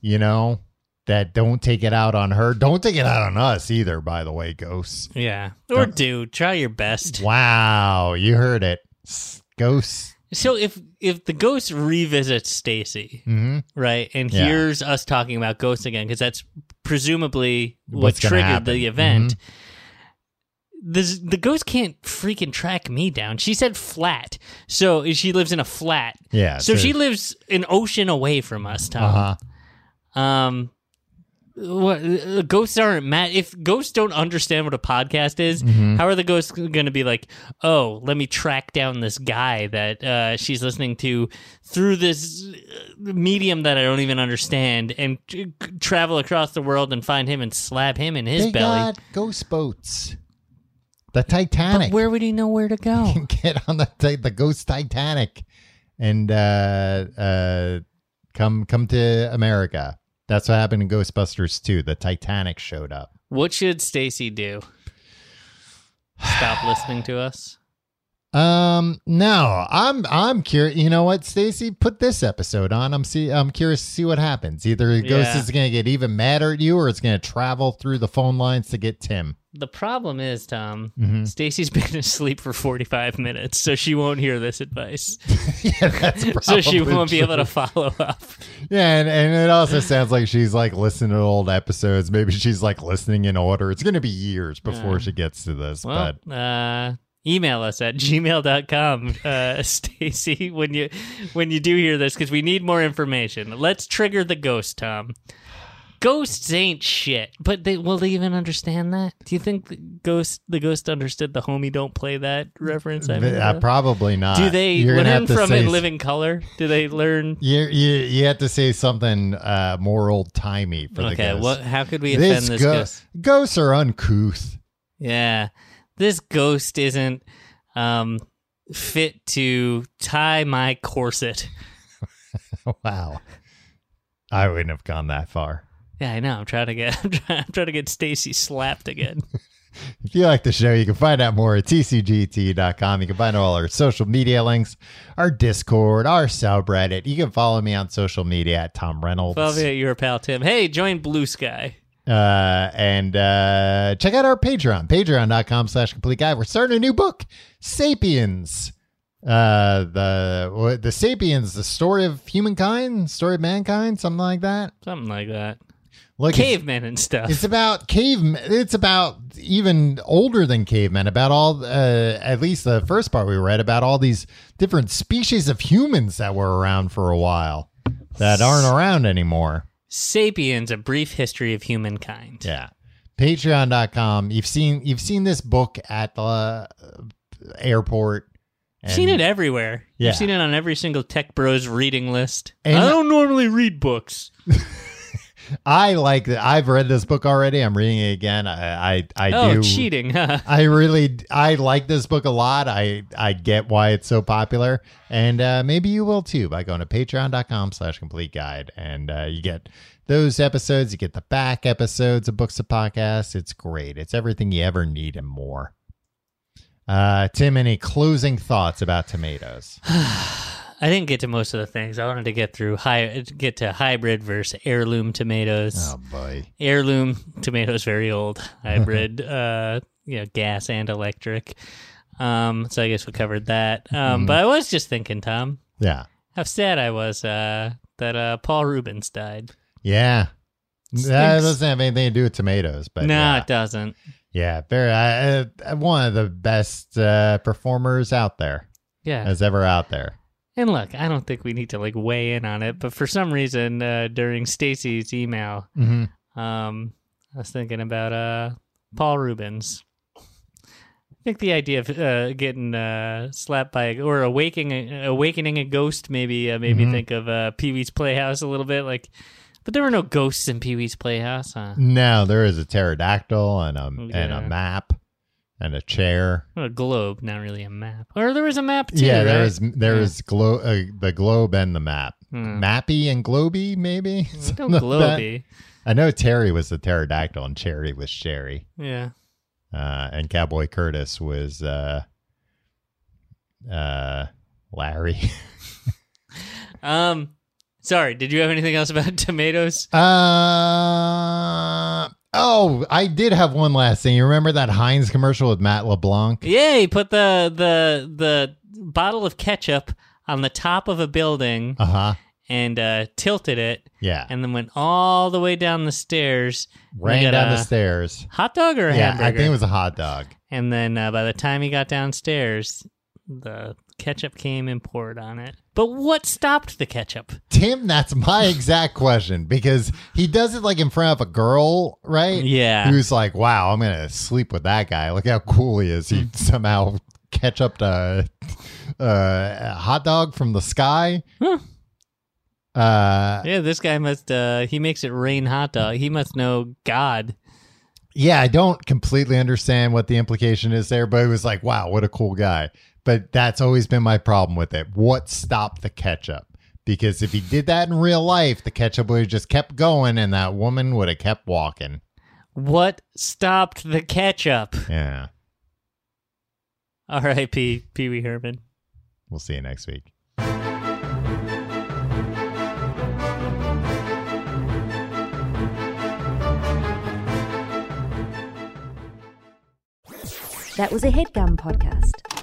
you know, that don't take it out on her. Don't take it out on us either, by the way, ghosts. Yeah, or do try your best. Wow, you heard it. S- Ghosts. So if if the ghost revisits Stacy, Mm-hmm. right, and Yeah. hears us talking about ghosts again, because that's presumably what What's gonna triggered happen. Mm-hmm. the event. This, the ghost can't freaking track me down. She said flat, so she lives in a flat. Yeah. so she lives an ocean away from us, Tom. Uh-huh. Um, what, uh, ghosts aren't mad. If ghosts don't understand what a podcast is, Mm-hmm. how are the ghosts going to be like, oh, let me track down this guy that uh, she's listening to through this uh, medium that I don't even understand and t- travel across the world and find him and slap him in his They belly? got ghost boats. The But Titanic. where would he know where to go? can get on the ti- the ghost Titanic and uh, uh, come come to America. That's what happened in Ghostbusters 2. The Titanic showed up. what should Stacy do? Stop listening to us? Um, no, I'm I'm curious. You know what, Stacy, put this episode on. I'm see. I'm curious to see what happens. Either the Ghost Yeah. is going to get even madder at you, or it's going to travel through the phone lines to get Tim. The problem is, Tom, Mhm. Stacy's been asleep for 45 minutes, so she won't hear this advice. yeah, that's probably so she won't be true. able to follow up. Yeah, and, and it also sounds like she's like listening to old episodes. Maybe she's like listening in order. It's going to be years before Yeah. she gets to this. Well, but uh, email us at gmail.com, uh, Stacy, when you when you do hear this, because we need more information. Let's trigger the ghost, Tom. Ghosts ain't shit, but they will they even understand that? Do you think the ghost the ghost understood the homie don't play that reference? I made uh, up? probably not. do they You're gonna learn have to from say it s- living color? Do they learn? You, you you have to say something uh, more old timey for the Okay, ghost. what? How could we offend this, go- ghost? ghosts are uncouth. Yeah. This ghost isn't um fit to tie my corset. wow, I wouldn't have gone that far. Yeah, I know. I'm trying to get I'm trying, I'm trying to get Stacy slapped again. If you like the show, you can find out more at tcgt.com. You can find all our social media links, our Discord, our subreddit. You can follow me on social media at Tom Reynolds. Well, yeah, your pal Tim. Hey, join Blue Sky. Uh, and uh, check out our Patreon, patreon.com slash complete guide. We're starting a new book, Sapiens. Uh, the what- the Sapiens, the story of humankind, story of mankind, something like that. Something like that. Look, it's- Cavemen and stuff. It's about cave. It's about even older than cavemen. About all, uh, at least the first part we read about all these different species of humans that were around for a while that aren't around anymore. Sapiens: A Brief History of Humankind. Yeah, Patreon.com. You've seen you've seen this book at the uh, airport. I've and- seen it everywhere. Yeah. I've seen it on every single tech bros reading list. And- I don't normally read books. I like that. I've read this book already. I'm reading it again. I I, I Oh, do. cheating, huh? I really I like this book a lot. I I get why it's so popular, and uh, maybe you will too by going to Patreon.com/slash Complete Guide, and uh, you get those episodes. You get the back episodes of books of podcasts. It's great. It's everything you ever need and more. Uh, Tim, any closing thoughts about tomatoes? I didn't get to most of the things. I wanted to get through high, get to hybrid versus heirloom tomatoes. Oh boy, Heirloom tomatoes very old. Hybrid, uh, you know, gas and electric. Um, so I guess we covered that. Um, Mhm. But I was just thinking, Tom, yeah, how sad I was uh, that uh, Paul Rubens died. yeah. Stinks. That doesn't have anything to do with tomatoes, but no, yeah. it doesn't. yeah, very uh, uh, one of the best uh, performers out there. Yeah. as ever out there. And look, I don't think we need to like weigh in on it, but for some reason, uh, during Stacy's email, Mm-hmm. Um, I was thinking about uh, Paul Rubens. I think the idea of uh, getting uh, slapped by a, or awakening awakening a ghost maybe uh, made me Mhm. think of uh, Pee Wee's Playhouse a little bit. Like, but there were no ghosts in Pee Wee's Playhouse, huh? Now there is a pterodactyl and a and Oh, Yeah. a map and a chair. What a globe, not really a map. Or there was a map too. yeah, there right? is there Yeah. is glo- uh, the globe and the map. Hmm. Mappy and Globy, maybe. No Something like that. globey. I know Terry was the pterodactyl and Cherry was Sherry, Yeah. uh, and Cowboy Curtis was uh, uh, Larry. Um. Sorry. Did you have anything else about tomatoes? uh, oh, I did have one last thing. You remember that Heinz commercial with Matt LeBlanc? Yeah, he put the the the bottle of ketchup on the top of a building Uh huh. and uh, tilted it, Yeah. and then went all the way down the stairs. ran got down a the stairs. Hot dog or a Yeah, hamburger? I think it was a hot dog. and then uh, by the time he got downstairs, the ketchup came and poured on it. But what stopped the ketchup? Tim, that's my exact question because he does it like in front of a girl, right? Yeah. Who's like, wow, I'm going to sleep with that guy. Look how cool he is. Mm. He somehow catch up to uh, a hot dog from the sky. Huh. Uh, Yeah, this guy must. Uh, he makes it rain hot dog. He must know God. yeah, I don't completely understand what the implication is there, but it was like, wow, what a cool guy. But that's always been my problem with it. What stopped the ketchup? Because if he did that in real life, the ketchup would have just kept going and that woman would have kept walking. What stopped the ketchup? Yeah. R.I.P. Pee Wee Herman. We'll see you next week. That was a headgum podcast.